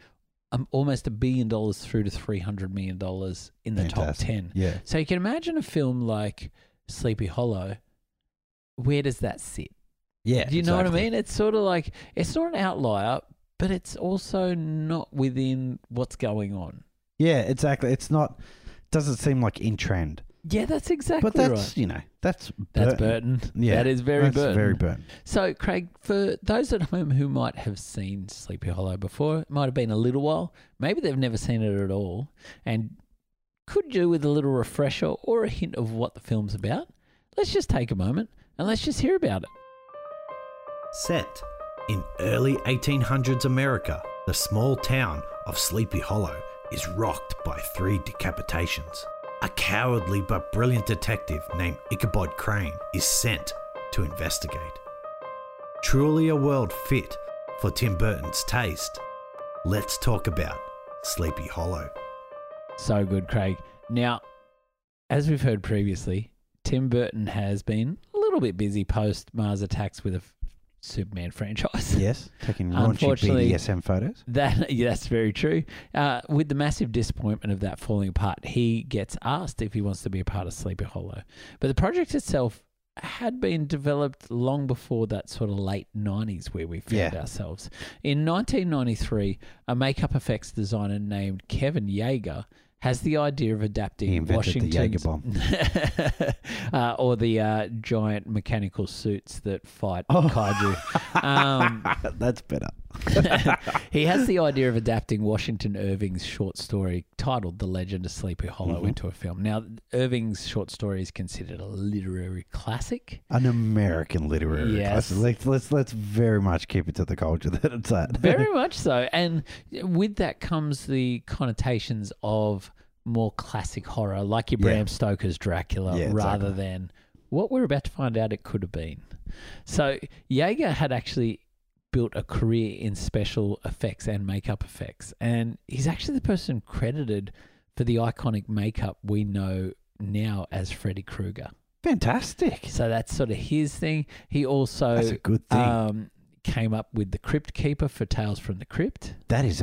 A: um, almost a billion dollars through to $300 million in the top
B: Fantastic.
A: 10.
B: Yeah.
A: So you can imagine a film like Sleepy Hollow. Where does that sit?
B: Yeah.
A: Do you know what I
B: exactly.
A: mean? It's sort of like, it's not an outlier, but it's also not within what's going on.
B: Yeah, exactly. It's not. Doesn't seem like in trend,
A: Yeah, that's exactly
B: but that's
A: right.
B: you know that's
A: That's
B: Burton.
A: Burton.
B: Yeah,
A: that is very
B: that's
A: Burton.
B: very Burton.
A: So, Craig, for those at home who might have seen Sleepy Hollow before, it might have been a little while, maybe they've never seen it at all, and could do with a little refresher or a hint of what the film's about, let's just take a moment and let's just hear about it.
C: Set in early 1800s America, the small town of Sleepy Hollow is rocked by three decapitations. A cowardly but brilliant detective named Ichabod Crane is sent to investigate. Truly a world fit for Tim Burton's taste. Let's talk about Sleepy Hollow.
A: So good, Craig. Now, as we've heard previously, Tim Burton has been a little bit busy post Mars attacks with a f- Superman franchise.
B: Yes, taking raunchy
A: Unfortunately-
B: BDSM photos.
A: That yeah, that's very true. Uh, with the massive disappointment of that falling apart, he gets asked if he wants to be a part of Sleepy Hollow. But the project itself had been developed long before that sort of late 90s where we found
B: Yeah.
A: ourselves. In 1993, a makeup effects designer named Kevin Yeager has the idea of adapting
B: He invented the
A: Washington's
B: Jaeger bomb.
A: uh, or the uh, giant mechanical suits that fight
B: Oh.
A: kaiju. Um,
B: that's better.
A: he has the idea of adapting Washington Irving's short story titled The Legend of Sleepy Hollow into a film. Now, Irving's short story is considered a literary classic.
B: An American literary.
A: Yes.
B: classic. Let's, let's let's very much keep it to the culture that it's at.
A: Very much so. And with that comes the connotations of more classic horror, like your
B: Yeah.
A: Bram Stoker's Dracula,
B: Yeah,
A: rather than what we're about to find out it could have been. So, Jaeger had actually built a career in special effects and makeup effects. And he's actually the person credited for the iconic makeup we know now as Freddy Krueger.
B: Fantastic.
A: So, that's sort of his thing. He also
B: That's a good thing.
A: um, came up with the Crypt Keeper for Tales from the Crypt.
B: that is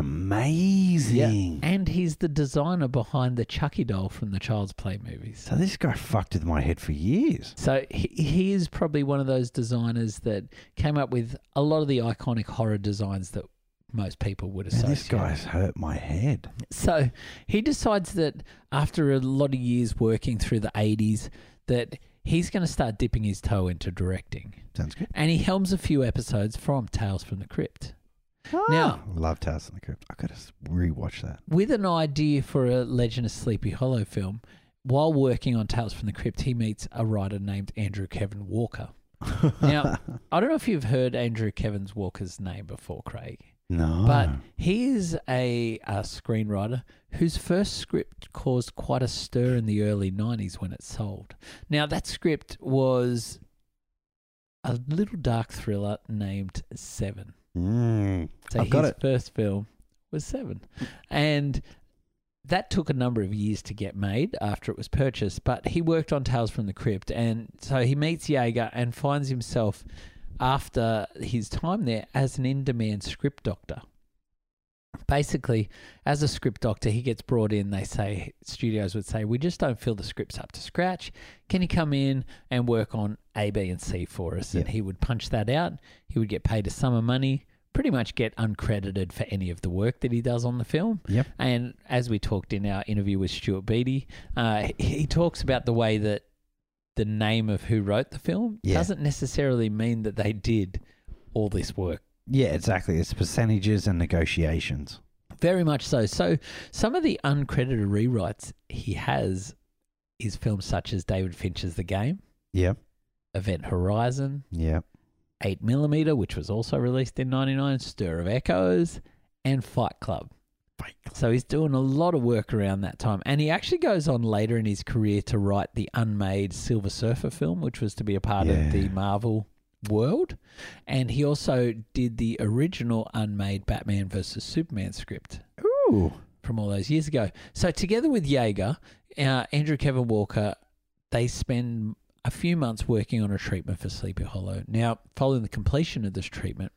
B: amazing.
A: And he's the designer behind the Chucky doll from the Child's Play movies.
B: So this guy fucked with my head for years.
A: So he, he is probably one of those designers that came up with a lot of the iconic horror designs that most people would
B: Man,
A: associate.
B: this guy's hurt my head.
A: So he decides that after a lot of years working through the 80s that he's going to start dipping his toe into directing.
B: Sounds good.
A: And he helms a few episodes from Tales from the Crypt. Now-
B: Ah, love House in the Crypt. I gotta s- rewatch that.
A: With an idea for a Legend of Sleepy Hollow film, while working on Tales from the Crypt, he meets a writer named Andrew Kevin Walker. Now, I don't know if you've heard Andrew Kevin Walker's name before, Craig,
B: Oh, No,
A: but he is a, a screenwriter whose first script caused quite a stir in the early 90s when it sold. Now, that script was a little dark thriller named Seven.
B: Mm.
A: So
B: I've
A: his
B: got it.
A: first film was Seven, and That took a number of years to get made after it was purchased, but he worked on Tales from the Crypt. And so he meets Jaeger and finds himself, after his time there, as an in demand script doctor. Basically, as a script doctor, he gets brought in. They say, studios would say, we just don't feel the script's up to scratch. Can you come in and work on A, B, and C for us? And
B: Yeah.
A: he would punch that out. He would get paid a sum of money, pretty much get uncredited for any of the work that he does on the film.
B: Yep.
A: And as we talked in our interview with Stuart Beatty, uh, he- he talks about the way that the name of who wrote the film
B: Yeah.
A: doesn't necessarily mean that they did all this work.
B: Yeah, exactly. It's percentages and negotiations.
A: Very much so. So some of the uncredited rewrites he has is films such as David Fincher's The Game,
B: Yep.
A: Event Horizon,
B: Yep.
A: 8 Millimeter, which was also released in 99, Stir of Echoes, and Fight Club. So he's doing a lot of work around that time. And he actually goes on later in his career to write the unmade Silver Surfer film, which was to be a part
B: Yeah.
A: of the Marvel world. And he also did the original unmade Batman vs. Superman script
B: Ooh.
A: from all those years ago. So together with Jaeger, uh, Andrew Kevin Walker, they spend a few months working on a treatment for Sleepy Hollow. Now, following the completion of this treatment,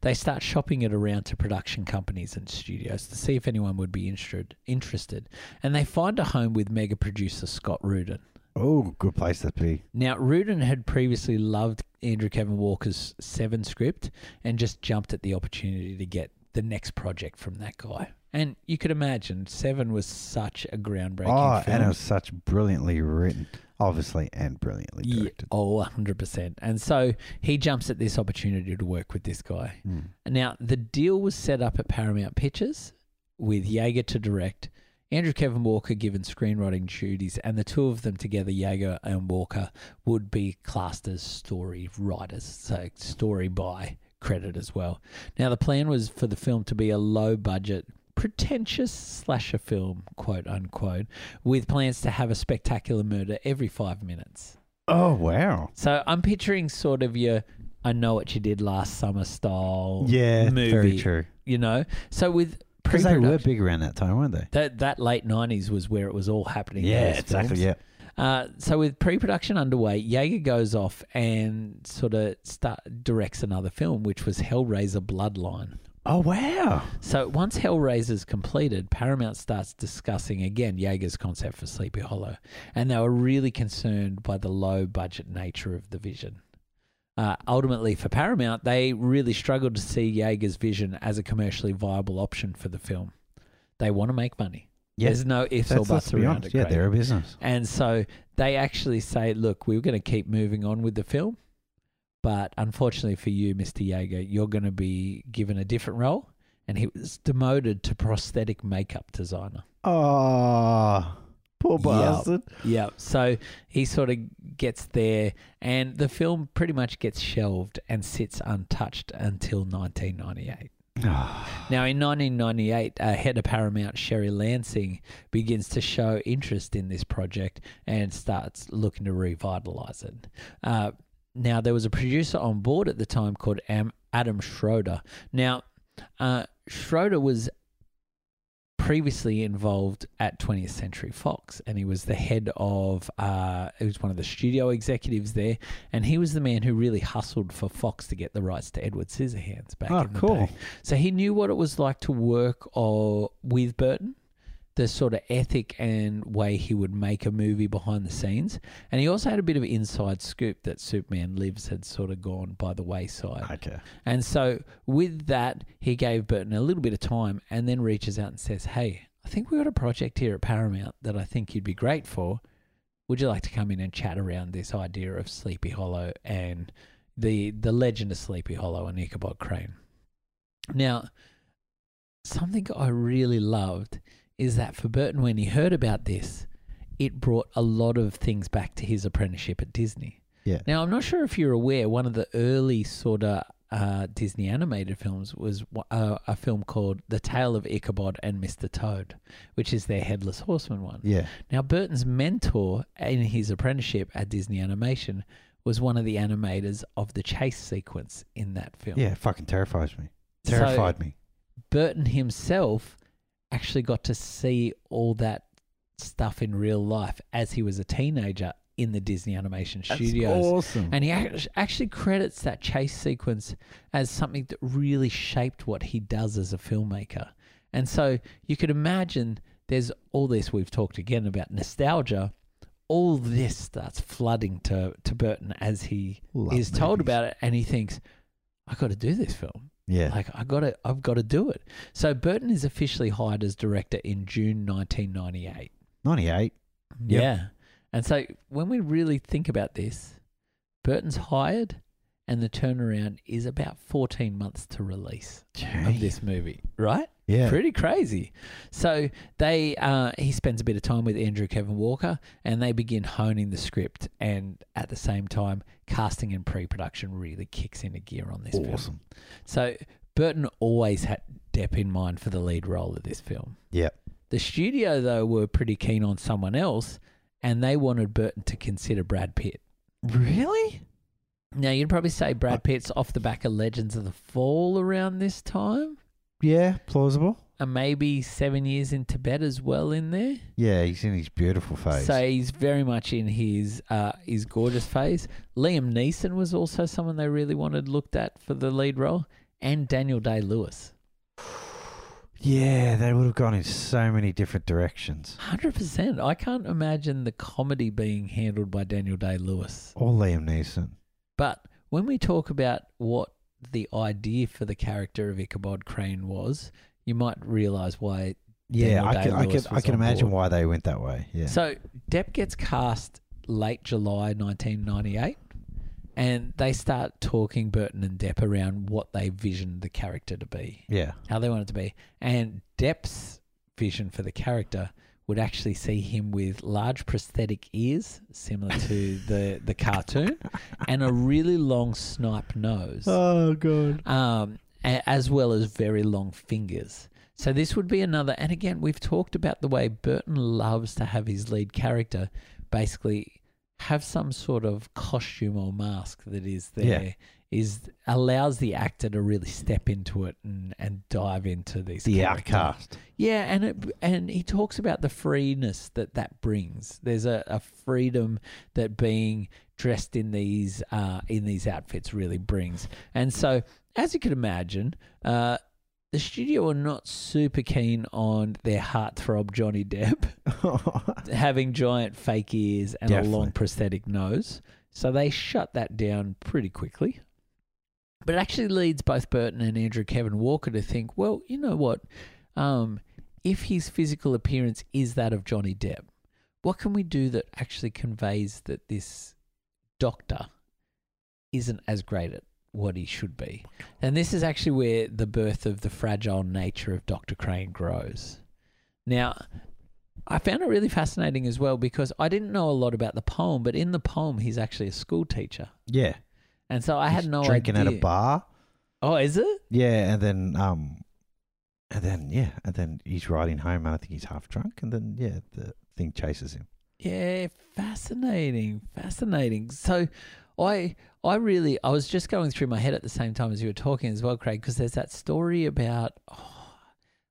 A: they start shopping it around to production companies and studios to see if anyone would be interested. Interested, and they find a home with mega producer Scott Rudin.
B: Oh, good place to be.
A: Now, Rudin had previously loved Andrew Kevin Walker's Seven script and just jumped at the opportunity to get the next project from that guy. And you could imagine, Seven was such a groundbreaking
B: Oh,
A: film.
B: and it was such brilliantly written, obviously, and brilliantly
A: yeah,
B: directed.
A: oh, 100%. And so he jumps at this opportunity to work with this guy.
B: Mm.
A: Now, the deal was set up at Paramount Pictures with Jaeger to direct, Andrew Kevin Walker given screenwriting duties, and the two of them together, Jaeger and Walker, would be classed as story writers, so story by credit as well. Now, the plan was for the film to be a low budget, pretentious slasher film, quote unquote, with plans to have a spectacular murder every five minutes.
B: Oh, wow.
A: So I'm picturing sort of your I know what you did last summer style
B: Yeah,
A: movie.
B: very true.
A: You know? So with pre
B: Because they were big around that time, weren't they?
A: that that late nineties was where it was all happening. those films.
B: Yeah.
A: Uh, so with pre-production underway, Jaeger goes off and sort of start, directs another film, which was Hellraiser Bloodline.
B: Oh, wow.
A: So once Hellraiser's completed, Paramount starts discussing again Jaeger's concept for Sleepy Hollow, and they were really concerned by the low budget nature of the vision. Uh, ultimately, for Paramount, they really struggled to see Jaeger's vision as a commercially viable option for the film. They want to make money.
B: Yeah.
A: There's no ifs or
B: That's, let's
A: buts
B: be
A: around it.
B: honest. Yeah,
A: Craig.
B: they're a business.
A: And so they actually say, look, we are going to keep moving on with the film. But unfortunately for you, Mr. Yeager, you're going to be given a different role. And he was demoted to prosthetic makeup designer. Ah,
B: Oh, poor
A: Yeah.
B: bastard.
A: Yeah. So he sort of gets there, and the film pretty much gets shelved and sits untouched until 1998.
B: Ah,
A: Now, in 1998, uh, head of Paramount, Sherry Lansing, begins to show interest in this project and starts looking to revitalize it. Uh, now, there was a producer on board at the time called Am- Adam Schroeder. Now, uh, Schroeder was previously involved at 20th Century Fox, and he was the head of, uh, he was one of the studio executives there, and he was the man who really hustled for Fox to get the rights to Edward Scissorhands back
B: Oh,
A: in the
B: cool.
A: day. So he knew what it was like to work or with Burton, the sort of ethic and way he would make a movie behind the scenes, and he also had a bit of inside scoop that Superman Lives had sort of gone by the wayside.
B: Okay.
A: And so with that, he gave Burton a little bit of time and then reaches out and says, Hey, I think we've got a project here at Paramount that I think you'd be great for. Would you like to come in and chat around this idea of Sleepy Hollow and the the legend of Sleepy Hollow and Ichabod Crane? Now, something I really loved is that for Burton when he heard about this, it brought a lot of things back to his apprenticeship at Disney.
B: Yeah.
A: Now, I'm not sure if you're aware, one of the early sort of uh, Disney animated films was wa- uh, a film called The Tale of Ichabod and Mr. Toad, which is their Headless Horseman one.
B: Yeah.
A: Now, Burton's mentor in his apprenticeship at Disney Animation was one of the animators of the chase sequence in that film.
B: Yeah, it fucking terrifies me.
A: So-
B: Terrified me.
A: Burton himself actually got to see all that stuff in real life as he was a teenager in the Disney Animation Studios.
B: awesome.
A: And he act- actually credits that chase sequence as something that really shaped what he does as a filmmaker. And so you could imagine there's all this we've talked again about nostalgia, all this starts flooding to, to Burton as he
B: Love
A: is told
B: movies.
A: about it and he thinks, I gotta do this film.
B: yeah.
A: Like I gotta I've gotta do it. So Burton is officially hired as director in June nineteen ninety eight.
B: 98. Yep.
A: Yeah. And so when we really think about this, Burton's hired and the turnaround is about 14 months to release of
B: Gee.
A: this movie, right?
B: yeah.
A: Pretty crazy. So they uh, he spends a bit of time with Andrew Kevin Walker and they begin honing the script and at the same time casting and pre-production really kicks into gear on this film.
B: awesome.
A: So Burton always had Depp in mind for the lead role of this film.
B: Yeah.
A: The studio, though, were pretty keen on someone else, and they wanted Burton to consider Brad Pitt.
B: Really?
A: Now, you'd probably say Brad Pitt's off the back of Legends of the Fall around this time,
B: Yeah. Plausible.
A: and maybe seven years in Tibet as well in there.
B: Yeah. He's in his beautiful face.
A: So he's very much in his uh, his gorgeous phase. Liam Neeson was also someone they really wanted looked at for the lead role, and Daniel Day Lewis.
B: yeah. They would have gone in so many different directions.
A: Hundred percent. I can't imagine the comedy being handled by Daniel Day Lewis.
B: Or Liam Neeson.
A: But when we talk about what the idea for the character of Ichabod Crane was, you might realize why.
B: Yeah.
A: Daniel
B: I can, I can,
A: Day-Lewis
B: I
A: was
B: can
A: on
B: imagine
A: board.
B: why they went that way. Yeah.
A: So Depp gets cast late July 1998, and they start talking Burton and Depp around what they visioned the character to be,
B: yeah.
A: how they want it to be. And Depp's vision for the character would actually see him with large prosthetic ears, similar to the, the cartoon, and a really long snipe nose.
B: Oh, God.
A: um, a- as well as very long fingers. So this would be another. And again, we've talked about the way Burton loves to have his lead character basically have some sort of costume or mask that is
B: Yeah.
A: there is allows the actor to really step into it and, and dive into these
B: The
A: character.
B: outcast.
A: Yeah, and it, and he talks about the freeness that that brings. There's a, a freedom that being dressed in these uh, in these outfits really brings. And so, as you can imagine, uh, the studio are not super keen on their heartthrob Johnny Depp having giant fake ears and a long
B: Definitely.
A: prosthetic nose. So they shut that down pretty quickly. But it actually leads both Burton and Andrew Kevin Walker to think, well, you know what? Um, if his physical appearance is that of Johnny Depp, what can we do that actually conveys that this doctor isn't as great at what he should be? And this is actually where the birth of the fragile nature of Dr. Crane grows. Now, I found it really fascinating as well because I didn't know a lot about the poem, but in the poem, he's actually a school teacher.
B: yeah.
A: And so I had
B: He's
A: no
B: drinking
A: idea.
B: at a bar.
A: Oh, is it?
B: Yeah, and then um, and then yeah, and then he's riding home, and I think he's half drunk, and then yeah, the thing chases him.
A: Yeah, fascinating, fascinating. So, I I really I was just going through my head at the same time as you were talking as well, Craig, because there's that story about. Oh,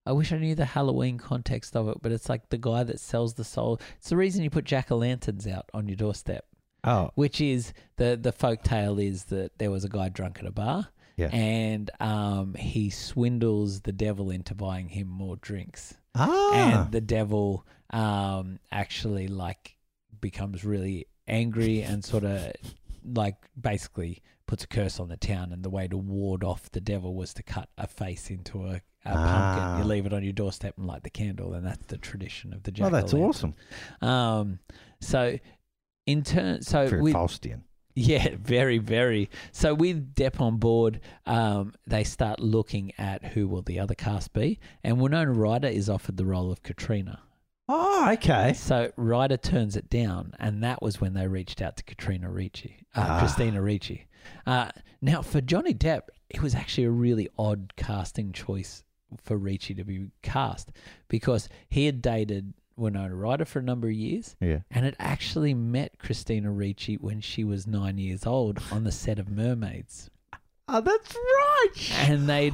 A: I wish I knew the Halloween context of it, but it's like the guy that sells the soul. It's the reason you put jack o' lanterns out on your doorstep,
B: Oh,
A: which is the the folk tale is that there was a guy drunk at a bar,
B: Yeah.
A: and um, he swindles the devil into buying him more drinks
B: ah,
A: and the devil um actually like becomes really angry and sort of
B: Oh,
A: like basically puts a curse on the town and the way to ward off the devil was to cut a face into a, a
B: Ah.
A: pumpkin you leave it on your doorstep and light the candle and that's the tradition of the
B: oh,
A: jack
B: that's awesome.
A: um so in turn so
B: Very
A: with
B: Faustian.
A: yeah, very, very. So with Depp on board, um, they start looking at who will the other cast be, and Winona Ryder is offered the role of Katrina.
B: Oh, okay.
A: So Ryder turns it down, and that was when they reached out to Katrina Ricci, uh,
B: Ah.
A: Christina Ricci. Uh, now for Johnny Depp, it was actually a really odd casting choice for Ricci to be cast because he had dated Winona Ryder for a number of years,
B: Yeah.
A: and it actually met Christina Ricci when she was nine years old on the set of Mermaids.
B: Oh, that's right.
A: And they,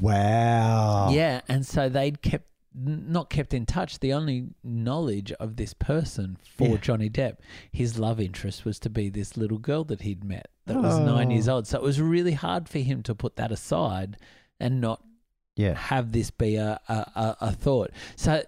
B: Wow. Oh.
A: yeah, and so they'd kept n- not kept in touch. The only knowledge of this person for
B: Yeah.
A: Johnny Depp, his love interest was to be this little girl that he'd met that was nine
B: Oh.
A: years old. So it was really hard for him to put that aside and not
B: Yeah.
A: have this be a, a, a, a thought. So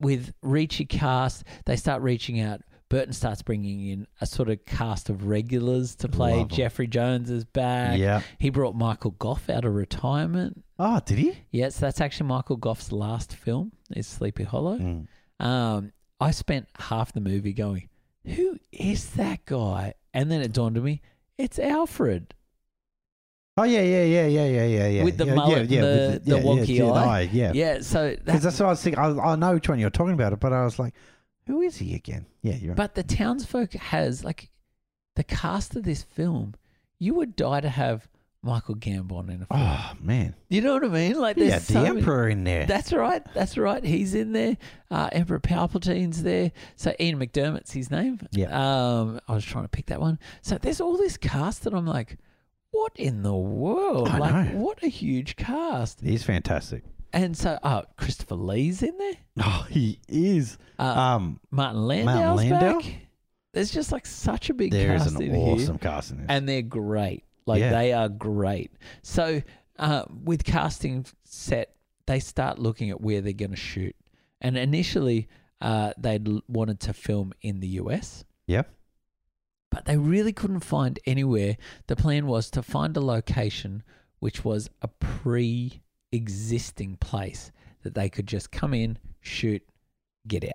A: with Richie Cast, they start reaching out. Burton starts bringing in a sort of cast of regulars to play.
B: Love 'em.
A: Jeffrey Jones is back.
B: Yeah.
A: He brought Michael Goff out of retirement.
B: Oh, did he?
A: Yes, that's actually Michael Goff's last film is Sleepy Hollow.
B: Mm.
A: Um, I spent half the movie going, "Who is that guy?" And then it dawned on me, it's Alfred.
B: Oh yeah, yeah, yeah, yeah, yeah, yeah, yeah.
A: With the
B: yeah,
A: mullet
B: yeah,
A: and
B: with
A: the- the wonky
B: yeah,
A: eye.
B: yeah.
A: Yeah, so
B: Because
A: that,
B: that's what I was thinking. I, I know which one you're talking about, but I was like, who is he again? Yeah, you're right.
A: but the townsfolk has like the cast of this film. You would die to have Michael Gambon in a film.
B: Oh man,
A: You know what I mean? Like there's
B: yeah,
A: so
B: the
A: many-
B: emperor in there.
A: That's right. That's right. He's in there. Uh, Emperor Palpatine's there. So Ian McDermott's his name.
B: Yeah.
A: Um, I was trying to pick that one. So there's all this cast that I'm like, what in the world?
B: I
A: like,
B: know.
A: what a huge cast.
B: He's fantastic.
A: And so, oh, Christopher Lee's in there.
B: Oh, he is.
A: Uh,
B: Um,
A: Martin Landau's
B: Landau?
A: back. There's just like such a big
B: there is
A: cast
B: an
A: in here.
B: awesome cast in this.
A: and they're great. Like
B: Yeah.
A: they are great. So uh, with casting set, they start looking at where they're going to shoot. And initially, uh, they wanted to film in the US,
B: yep.
A: but they really couldn't find anywhere. The plan was to find a location which was a pre-existing place that they could just come in, shoot, get out.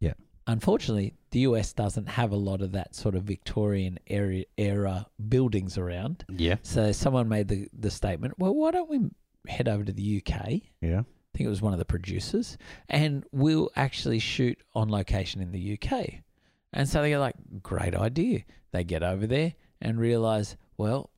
B: Yeah.
A: Unfortunately, the US doesn't have a lot of that sort of Victorian era, era buildings around.
B: Yeah.
A: So someone made the, the statement, well, why don't we head over to the UK? I
B: Yeah.
A: think it was one of the producers, and we'll actually shoot on location in the UK. And so they go like, great idea. They get over there and realize, well,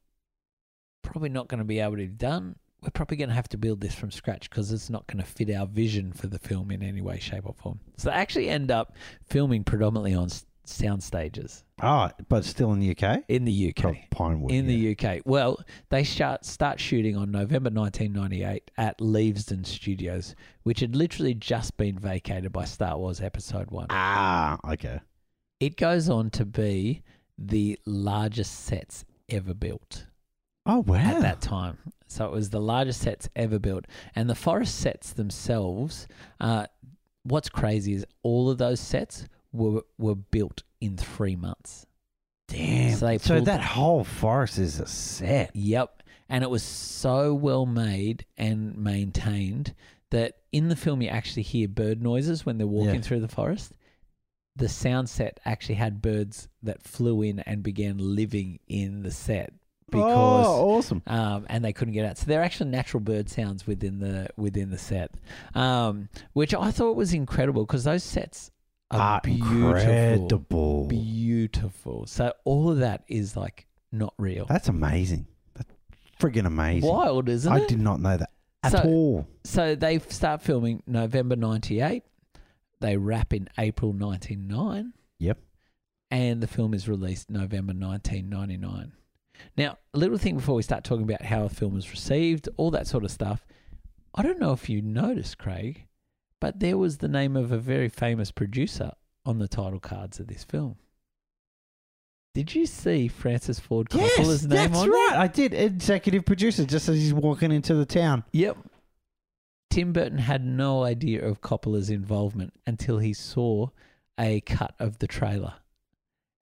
A: probably not going to be able to be done. We're probably going to have to build this from scratch because it's not going to fit our vision for the film in any way, shape, or form. So they actually end up filming predominantly on s- sound stages
B: Oh, but still in the UK.
A: in the UK
B: Probably Pinewood.
A: in
B: yeah.
A: the UK. Well, they start start shooting on November 1998 at Leavesden Studios, which had literally just been vacated by Star Wars Episode 1.
B: Ah, okay.
A: It goes on to be the largest sets ever built
B: Oh wow.
A: at that time. So it was the largest sets ever built. And the forest sets themselves, uh, what's crazy is all of those sets were, were built in three months.
B: Damn.
A: So they
B: So,
A: pulled-
B: that whole forest is a set.
A: Yep. And it was so well made and maintained that in the film you actually hear bird noises when they're walking
B: Yeah.
A: through the forest. The sound set actually had birds that flew in and began living in the set because
B: oh, awesome.
A: um, and they couldn't get out. So they're actually natural bird sounds within the within the set, um, which I thought was incredible because those sets are
B: Ah,
A: beautiful,
B: incredible.
A: beautiful. So all of that is like not real,
B: That's amazing. That's friggin' amazing.
A: wild, isn't
B: I
A: it?
B: did not know that at
A: So-
B: all.
A: so they start filming November 98. They wrap in April 199.
B: Yep.
A: And the film is released November 1999. Now, a little thing before we start talking about how a film was received, all that sort of stuff. I don't know if you noticed, Craig, but there was the name of a very famous producer on the title cards of this film. Did you see Francis Ford Coppola's name
B: that's
A: on it?
B: right. I did. Executive producer, just as he's walking into the town.
A: Yep. Tim Burton had no idea of Coppola's involvement until he saw a cut of the trailer.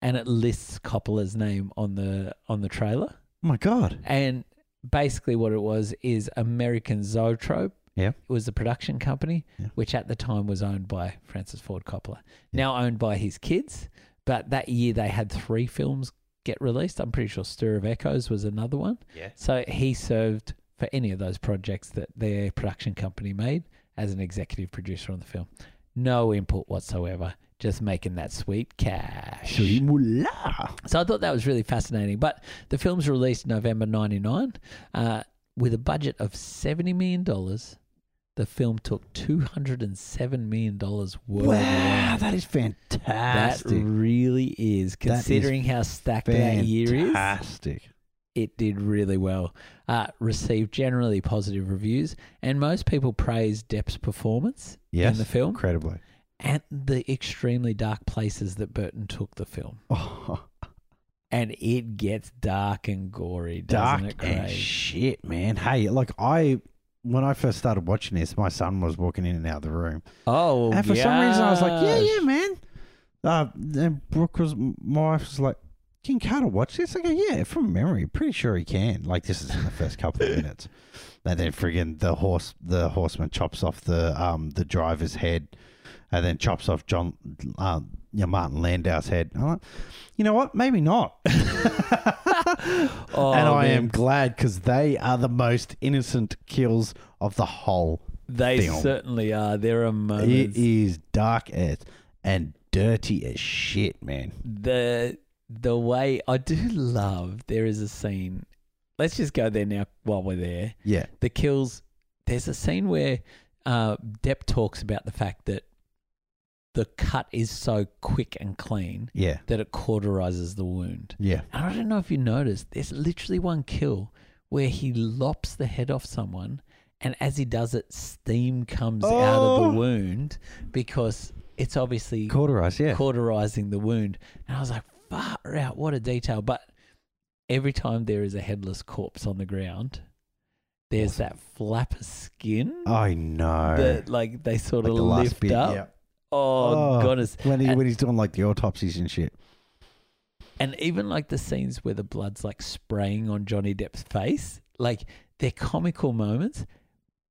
A: And it lists Coppola's name on the on the trailer.
B: Oh my God.
A: And basically what it was is American Zoetrope.
B: Yeah.
A: It was the production company,
B: Yeah.
A: which at the time was owned by Francis Ford Coppola.
B: Yeah.
A: Now owned by his kids. But that year they had three films get released. I'm pretty sure Stir of Echoes was another one.
B: Yeah.
A: So he served for any of those projects that their production company made as an executive producer on the film. No input whatsoever, just making that sweet cash.
B: Shimula.
A: So I thought that was really fascinating. But the film's released November 99 uh, with a budget of $70 million. The film took $207 million worldwide.
B: Wow, that is
A: That
B: fantastic.
A: really is,
B: That is
A: considering how stacked that year is.
B: Fantastic.
A: it did really well. Uh, received generally positive reviews, and most people praised Depp's performance
B: Yes.
A: in the film
B: Incredibly.
A: and the extremely dark places that Burton took the film.
B: Oh,
A: And it gets dark and gory, doesn't
B: dark
A: it, Craig?
B: and shit, man. Hey, like I when I first started watching this, my son was walking in and out of the room.
A: oh,
B: and for some reason, I was like, yeah,
A: gosh.
B: yeah, man. Uh, and Brooke was, my wife was like, can Carter watch this? I go, yeah, from memory, pretty sure he can. Like, this is in the first couple of minutes. And then friggin' the horse, the horseman chops off the um the driver's head, and then chops off John, uh, you know, Martin Landau's head. I'm like, you know what? Maybe not.
A: Oh,
B: and I
A: man.
B: am glad because they are the most innocent kills of the whole.
A: They
B: film.
A: certainly are. There are
B: It
A: moments.
B: is dark as and dirty as shit, man.
A: the the way I do love there is a scene. Let's just go there now while we're there.
B: Yeah.
A: The kills. There's a scene where uh, Depp talks about the fact that the cut is so quick and clean
B: Yeah.
A: that it cauterizes the wound.
B: Yeah.
A: And I don't know if you noticed, there's literally one kill where he lops the head off someone, and as he does it, steam comes out of
B: Oh.
A: the wound because it's obviously
B: Cauterize, yeah.
A: cauterizing the wound. And I was like, far out, what a detail. But every time there is a headless corpse on the ground, there's that flap of skin
B: I know.
A: that like they sort
B: Oh. Like
A: of
B: the last
A: lift
B: bit,
A: up.
B: yeah.
A: Oh,
B: Oh.
A: goodness.
B: when he
A: And-
B: when he's doing like the autopsies and shit.
A: And even like the scenes where the blood's like spraying on Johnny Depp's face, like they're comical moments,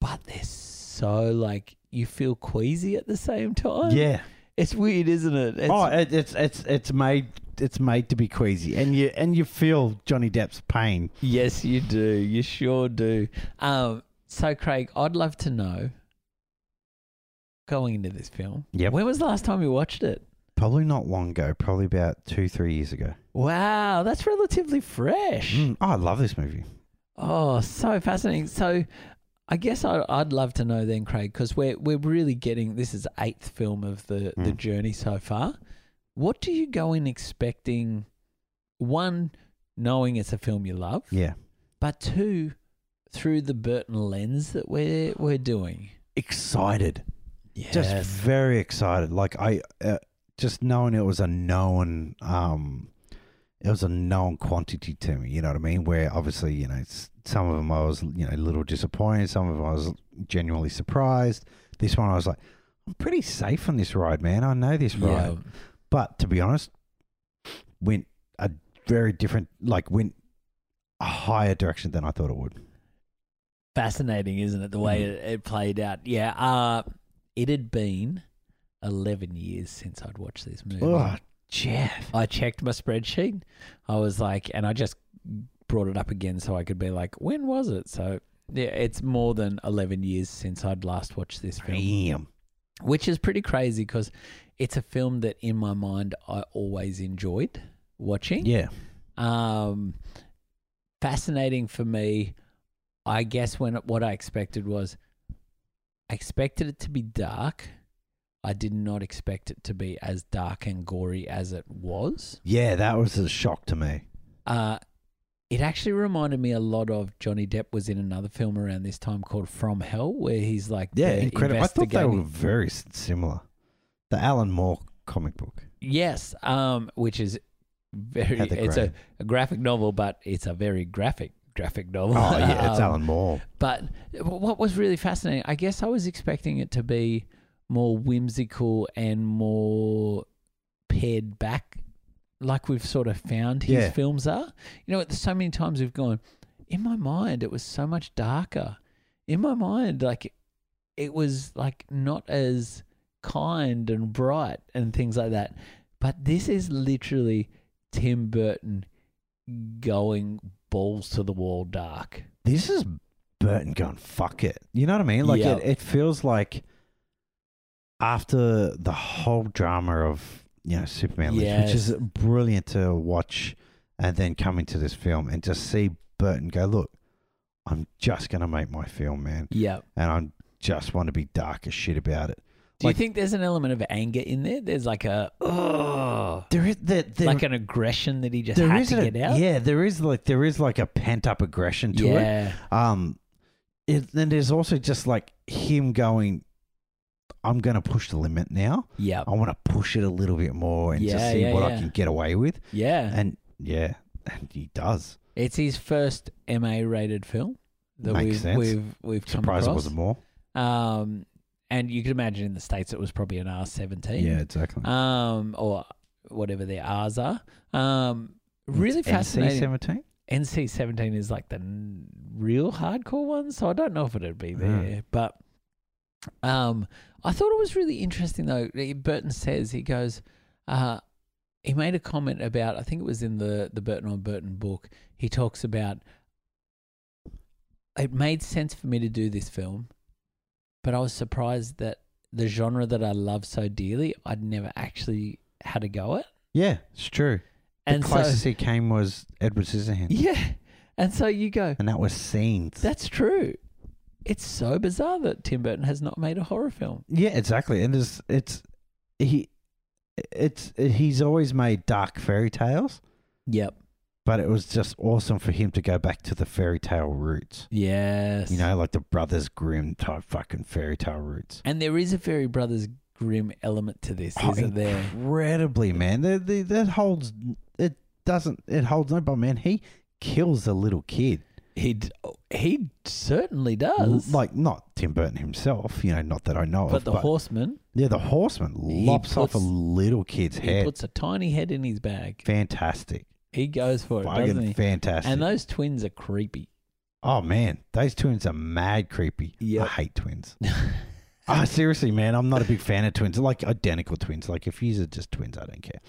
A: but they're so like you feel queasy at the same time.
B: yeah.
A: It's weird, isn't it? It's,
B: oh, it, it's it's it's made it's made to be queasy, and you and you feel Johnny Depp's pain.
A: Yes, you do. You sure do. Um, so, Craig, I'd love to know going into this film.
B: Yep.
A: When was the last time you watched it?
B: Probably not long ago. Probably about two three years ago.
A: Wow, that's relatively fresh.
B: Mm, oh, I love this movie.
A: Oh, so fascinating. So, I guess I, I'd love to know then, Craig, because we're we're really getting this is eighth film of the the
B: Mm.
A: journey so far. What do you go in expecting? One, knowing it's a film you love,
B: Yeah.
A: but two, through the Burton lens that we're we're doing.
B: Excited.
A: Yes.
B: just very excited. Like I uh, just knowing it was a known, um, it was a known quantity to me. You know what I mean? Where obviously, you know, s- some of them I was, you know, a little disappointed. Some of them I was genuinely surprised. This one I was like, I'm pretty safe on this ride, man. I know this ride.
A: Yeah.
B: But to be honest, went a very different, like went a higher direction than I thought it would.
A: fascinating, isn't it? The way
B: Mhm.
A: it, it played out. Yeah. Uh, it had been eleven years since I'd watched this movie.
B: Oh, Jeff.
A: I checked my spreadsheet. I was like, and I just brought it up again so I could be like, when was it? So yeah, it's more than eleven years since I'd last watched this film,
B: Damn.
A: which is pretty crazy because it's a film that in my mind I always enjoyed watching.
B: Yeah.
A: Um, fascinating for me. I guess when what I expected was, I expected it to be dark. I did not expect it to be as dark and gory as it was.
B: Yeah, that was a shock to me.
A: Uh, it actually reminded me a lot of Johnny Depp was in another film around this time called From Hell, where he's like
B: Yeah,
A: the
B: incredible. I thought they
A: investigating-
B: were very s- similar. The Alan Moore comic book.
A: Yes, um, which is very.
B: Heather
A: It's a,
B: Graham.
A: a graphic novel, but it's a very graphic graphic
B: Oh
A: novel.
B: yeah, it's
A: Um,
B: Alan Moore.
A: But what was really fascinating, I guess I was expecting it to be more whimsical and more pared back, like we've sort of found his
B: Yeah.
A: films are. You know, so many times we've gone, in my mind, it was so much darker. In my mind, like, it was like not as kind and bright and things like that. But this is literally Tim Burton going balls to the wall dark.
B: This is Burton going fuck it. You know what I mean? Like
A: Yeah.
B: it, it feels like after the whole drama of you know Superman, Lives, which is
A: Yes.
B: brilliant to watch, and then come into this film and just see Burton go, look, I'm just gonna make my film, man,
A: Yeah.
B: and I just want to be dark as shit about it.
A: Do
B: Like-
A: you think there's an element of anger in there? There's like a oh,
B: There is there, there,
A: like an aggression that he just
B: there
A: had
B: is
A: to
B: a-
A: get out.
B: Yeah, there is like there is like a pent up aggression to it.
A: yeah.
B: Um, it, then there's also just like him going, I'm going to push the limit now.
A: Yep.
B: I want to push it a little bit more and just
A: Yeah,
B: see
A: yeah,
B: what I
A: yeah.
B: can get away with.
A: Yeah.
B: And yeah, and he does.
A: It's his first MA-rated film that
B: Makes
A: we've
B: sense.
A: we've we've come
B: Surprised it
A: across.
B: wasn't more.
A: Um, and you can imagine in the states it was probably an R17.
B: Yeah, exactly.
A: Um, or whatever their R's are. Um, really fascinating.
B: NC-17?
A: NC seventeen is like the n- real hardcore one, so I don't know if it'd
B: Mm.
A: be there.
B: Yeah.
A: But um, I thought it was really interesting though. eh, Burton says he goes, uh, he made a comment about I think it was in the the Burton on Burton book. He talks about it made sense for me to do this film, but I was surprised that the genre that I love so dearly, I'd never actually had a go at.
B: Yeah, it's true. The
A: And so
B: closest he came was Edward Scissorhands.
A: yeah, and so you go.
B: And that was scenes.
A: That's true. It's so bizarre that Tim Burton has not made a horror film.
B: yeah, exactly. And it's, it's, he, it's, he's always made dark fairy tales.
A: Yep.
B: but it was just awesome for him to go back to the fairy tale roots.
A: Yes.
B: You know, like the Brothers Grimm type fucking fairy tale roots.
A: And there is a very Brothers Grimm element to this,
B: Oh,
A: isn't there?
B: Incredibly, man. That, that, that holds. It doesn't. It holds no bar, man. He kills the little kid.
A: He d- he certainly does.
B: Like oh, not Tim Burton himself. You know, not that I know
A: but
B: of.
A: the horseman,
B: yeah, the horseman
A: He
B: lops off a
A: puts-
B: little kid's
A: he
B: head.
A: puts a tiny head in his bag.
B: fantastic,
A: He goes for it, doesn't
B: fucking
A: he?
B: fantastic.
A: And those twins are creepy.
B: oh man, those twins are mad creepy.
A: Yep.
B: I hate twins. Ah, seriously, man, I'm not a big fan of twins. Like identical twins. Like if you are just twins, I don't care.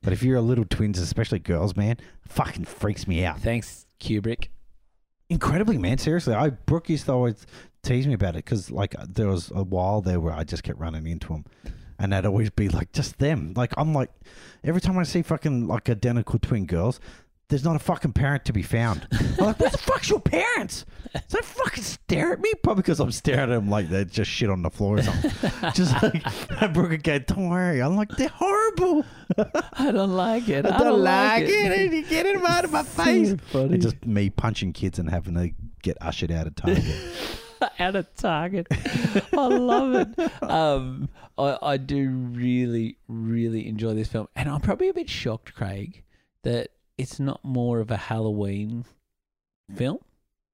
B: But if you're a little twins, especially girls, man, fucking freaks me out.
A: Thanks, Kubrick.
B: Incredibly, man. Seriously, I Brooke used to always tease me about it because like there was a while there where I just kept running into them, and that'd always be like just them. Like I'm like every time I see fucking like identical twin girls. There's not a fucking parent to be found. I'm like, what the fuck's your parents? Don't fucking stare at me. Probably because I'm staring at them like they're just shit on the floor or something. Just like and Brooke would go, don't worry. I'm like, they're horrible.
A: I don't like it.
B: I don't like it. You get it out of my
A: So
B: face.
A: funny.
B: It's just me punching kids and having to get ushered out of Target.
A: at a target. I love it. Um, I, I do really, really enjoy this film, and I'm probably a bit shocked, Craig, that it's not more of a Halloween film.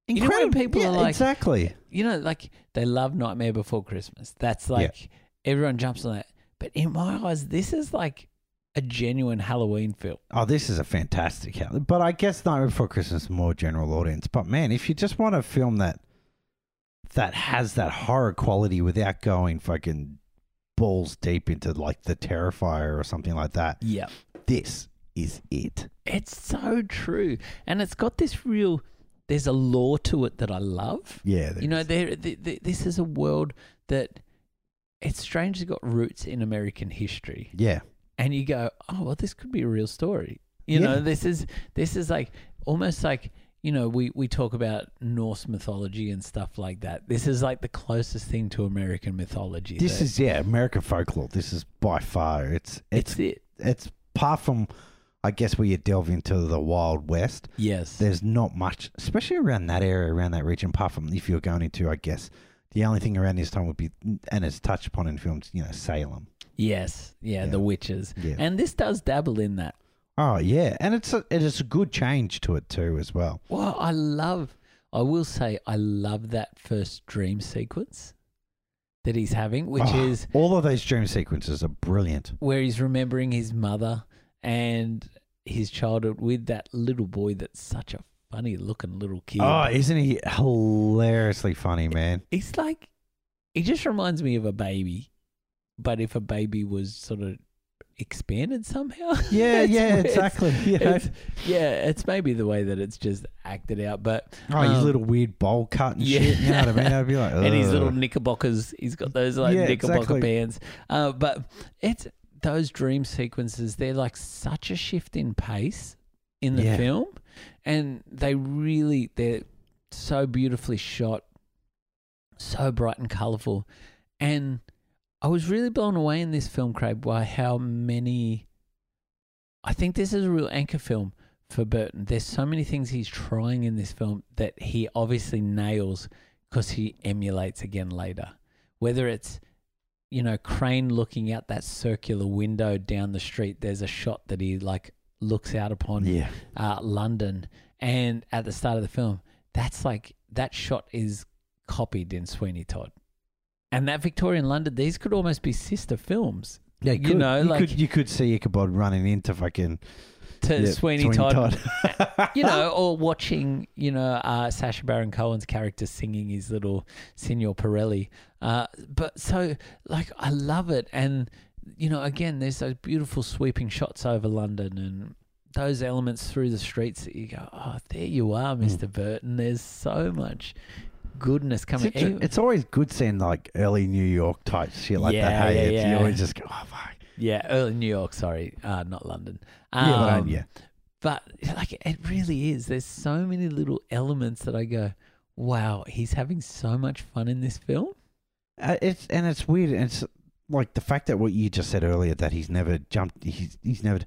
A: You know when people
B: yeah,
A: are like-
B: exactly.
A: You know, like they love Nightmare Before Christmas. That's like everyone jumps on that. But in my eyes, this is like a genuine Halloween film.
B: Oh, this is a fantastic house. But I guess Night Before Christmas is more general audience. But man, if you just want a film that that has that horror quality without going fucking balls deep into like the Terrifier or something like that,
A: Yeah.
B: this is it.
A: It's so true. And it's got this real, there's a lore to it that I love.
B: Yeah,
A: you know, there, th th this is a world that it's strangely got roots in American history,
B: yeah,
A: and you go, oh well, this could be a real story. You know,
B: Yeah.
A: this is this is like almost like you know we we talk about Norse mythology and stuff like that. This is like the closest thing to American mythology.
B: this
A: that-
B: is yeah American folklore. This is by far it's
A: it's,
B: it's
A: it.
B: it's apart from I guess where you delve into the Wild West.
A: Yes,
B: there's not much, especially around that area, around that region, apart from if you're going into, I guess, the only thing around this time would be, and it's touched upon in films, you know, Salem.
A: yes, yeah,
B: Yeah.
A: the witches,
B: Yeah.
A: and this does dabble in that.
B: oh, yeah. And it's a, it is a good change to it, too, as well.
A: Well, I love. I will say, I love that first dream sequence that he's having, which
B: Oh,
A: is
B: All of those dream sequences are brilliant.
A: where he's remembering his mother and his childhood with that little boy that's such a funny looking little kid.
B: Oh, isn't he hilariously funny, man?
A: He's like, he just reminds me of a baby, but if a baby was sort of expanded somehow.
B: Yeah,
A: It's
B: yeah,
A: weird.
B: exactly. You know?
A: It's- yeah, it's maybe the way that it's just acted out, but
B: oh, his
A: um,
B: little weird bowl cut and
A: yeah.
B: shit. You know what I mean? I'd be like,
A: and his little
B: "Ugh."
A: knickerbockers. He's got those like
B: Yeah,
A: knickerbocker
B: exactly.
A: bands. Uh, but it's those dream sequences. They're like such a shift in pace in the
B: Yeah.
A: film, and they really they're so beautifully shot, so bright and colorful, and I was really blown away in this film, Craig, by how many. I think this is a real anchor film for Burton. There's so many things he's trying in this film that he obviously nails because he emulates again later. Whether it's, you know, Crane looking out that circular window down the street, there's a shot that he like looks out upon
B: Yeah.
A: uh, London, and at the start of the film, that's like that shot is copied in Sweeney Todd, and that Victorian London. These could almost be sister films
B: Yeah,
A: You know, like-
B: could, you could see Ichabod running into fucking
A: to
B: yeah,
A: Sweeney, Todd, you know, or watching you know uh, Sacha Baron Cohen's character singing his little Signor Pirelli. Uh, but so like I love it, and you know, again, there's those beautiful sweeping shots over London and. Those elements through the streets that you go, oh, there you are,
B: Hmm.
A: Mr. Burton. There's so much goodness
B: It's,
A: coming.
B: inter-
A: Even-
B: it's always good seeing like early New York type shit like
A: Yeah,
B: that. Hey,
A: yeah,
B: It's- you
A: yeah.
B: always just go, oh fuck.
A: Yeah, early New York, sorry, uh, not London. Um,
B: Yeah, but I- yeah.
A: But like, it really is. There's so many little elements that I go, wow, he's having so much fun in this film.
B: Uh, it's and it's weird. And it's like the fact that what you just said earlier that he's never jumped. He's he's never.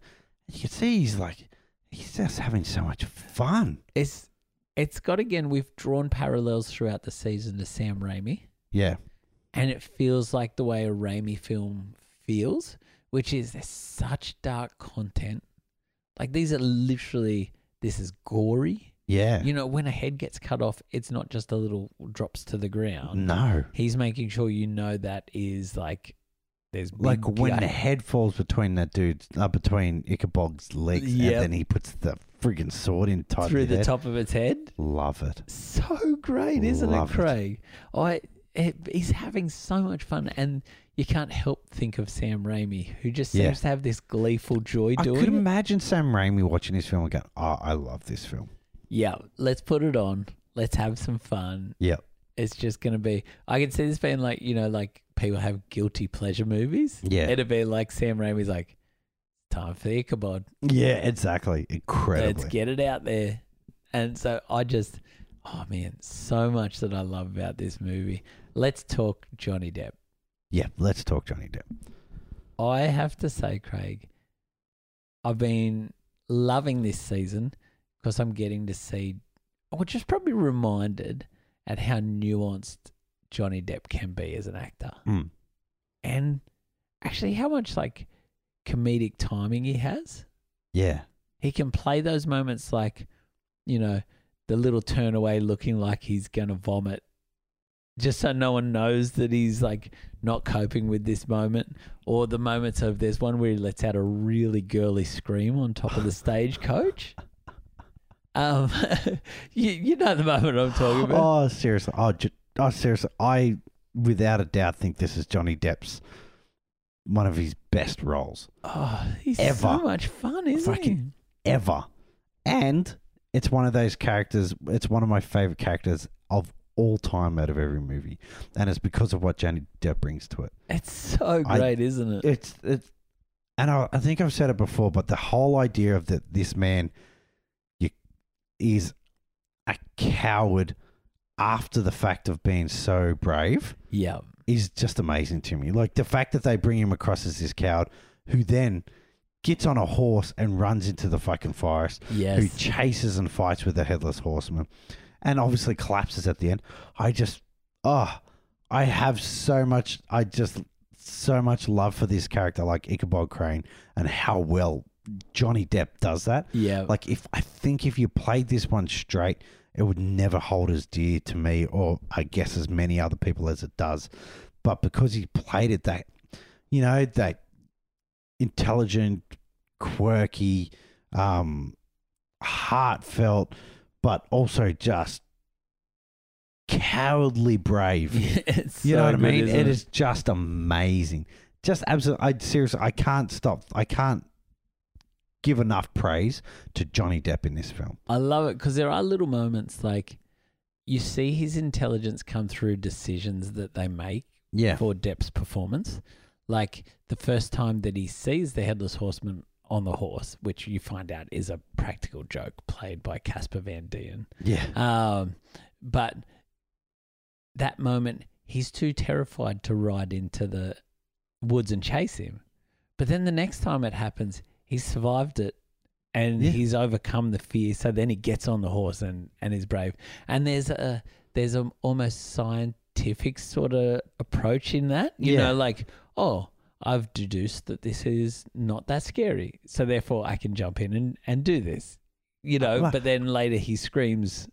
B: You can see he's like he's just having so much fun.
A: It's it's got again. We've drawn parallels throughout the season to Sam Raimi,
B: Yeah,
A: and it feels like the way a Raimi film feels, which is there's such dark content. Like these are literally this is gory.
B: yeah.
A: You know, when a head gets cut off, it's not just a little drops to the ground.
B: no,
A: he's making sure you know that is like there's
B: like
A: big
B: when
A: gut-
B: the head falls between that dude's uh, between Ichabod's legs,
A: Yep.
B: and then he puts the friggin' sword in tight
A: through the
B: head.
A: top of its head.
B: Love it.
A: So great, isn't
B: Love
A: it,
B: it.
A: Craig? I it, he's having so much fun, and you can't help think of Sam Raimi, who just seems
B: Yeah.
A: to have this gleeful joy
B: I
A: doing.
B: could
A: it.
B: imagine Sam Raimi watching this film and going, "Oh, I love this film."
A: yeah, let's put it on. Let's have some fun.
B: Yep.
A: It's just gonna be. I can see this being like you know, like people have guilty pleasure movies.
B: Yeah.
A: it'd be like Sam Raimi's like time for Ichabod.
B: Yeah, exactly. Incredibly.
A: Let's get it out there. And so I just, oh man, so much that I love about this movie. Let's talk Johnny Depp.
B: yeah, let's talk Johnny Depp.
A: I have to say, Craig, I've been loving this season because I'm getting to see, or just probably reminded at how nuanced Johnny Depp can be as an actor.
B: Mm.
A: And actually, how much like comedic timing he has.
B: Yeah.
A: he can play those moments like you know the little turn away looking like he's gonna vomit just so no one knows that he's like not coping with this moment or the moments of there's one where he lets out a really girly scream on top of the stagecoach um you, you know the moment i'm talking about
B: Oh, seriously. Oh, ju- oh, seriously. I, without a doubt, think this is Johnny Depp's one of his best roles
A: Oh, he's so
B: Ever.
A: much fun isn't
B: Fucking- ever. And it's one of those characters, it's one of my favorite characters of all time out of every movie. And it's because of what Johnny Depp brings to it.
A: he it's so
B: I-
A: great isn't it
B: It's, it's, and I, I think I've said it before, but the whole idea of that this man you, is a coward after the fact of being so brave.
A: yeah
B: is just amazing to me. Like the fact that they bring him across as this coward who then gets on a horse and runs into the fucking forest, who
A: yes
B: chases and fights with the headless horseman, and obviously collapses at the end. I just, oh, I have so much, I just, so much love for this character, like Ichabod Crane, and how well Johnny Depp does that.
A: yeah
B: Like if I think if you played this one straight, it would never hold as dear to me or I guess as many other people as it does. But because he played it that you know, that intelligent, quirky, um heartfelt, but also just cowardly brave.
A: it's
B: You know
A: so
B: what I
A: good,
B: mean?
A: isn't
B: It is just amazing. Just absolutely. I seriously, I can't stop. I can't give enough praise to Johnny Depp in this film.
A: I love it because there are little moments like you see his intelligence come through decisions that they make
B: Yeah,
A: for Depp's performance. Like the first time that he sees the headless horseman on the horse, which you find out is a practical joke played by Casper Van Dien.
B: yeah,
A: Um, but that moment, he's too terrified to ride into the woods and chase him. But then the next time it happens, he's survived it and
B: Yeah.
A: he's overcome the fear. So then he gets on the horse and, and is brave. And there's a there's an almost scientific sort of approach in that. You
B: Yeah.
A: know, like, oh, I've deduced that this is not that scary. So therefore I can jump in and, and do this. You know,
B: Well-
A: but then later he screams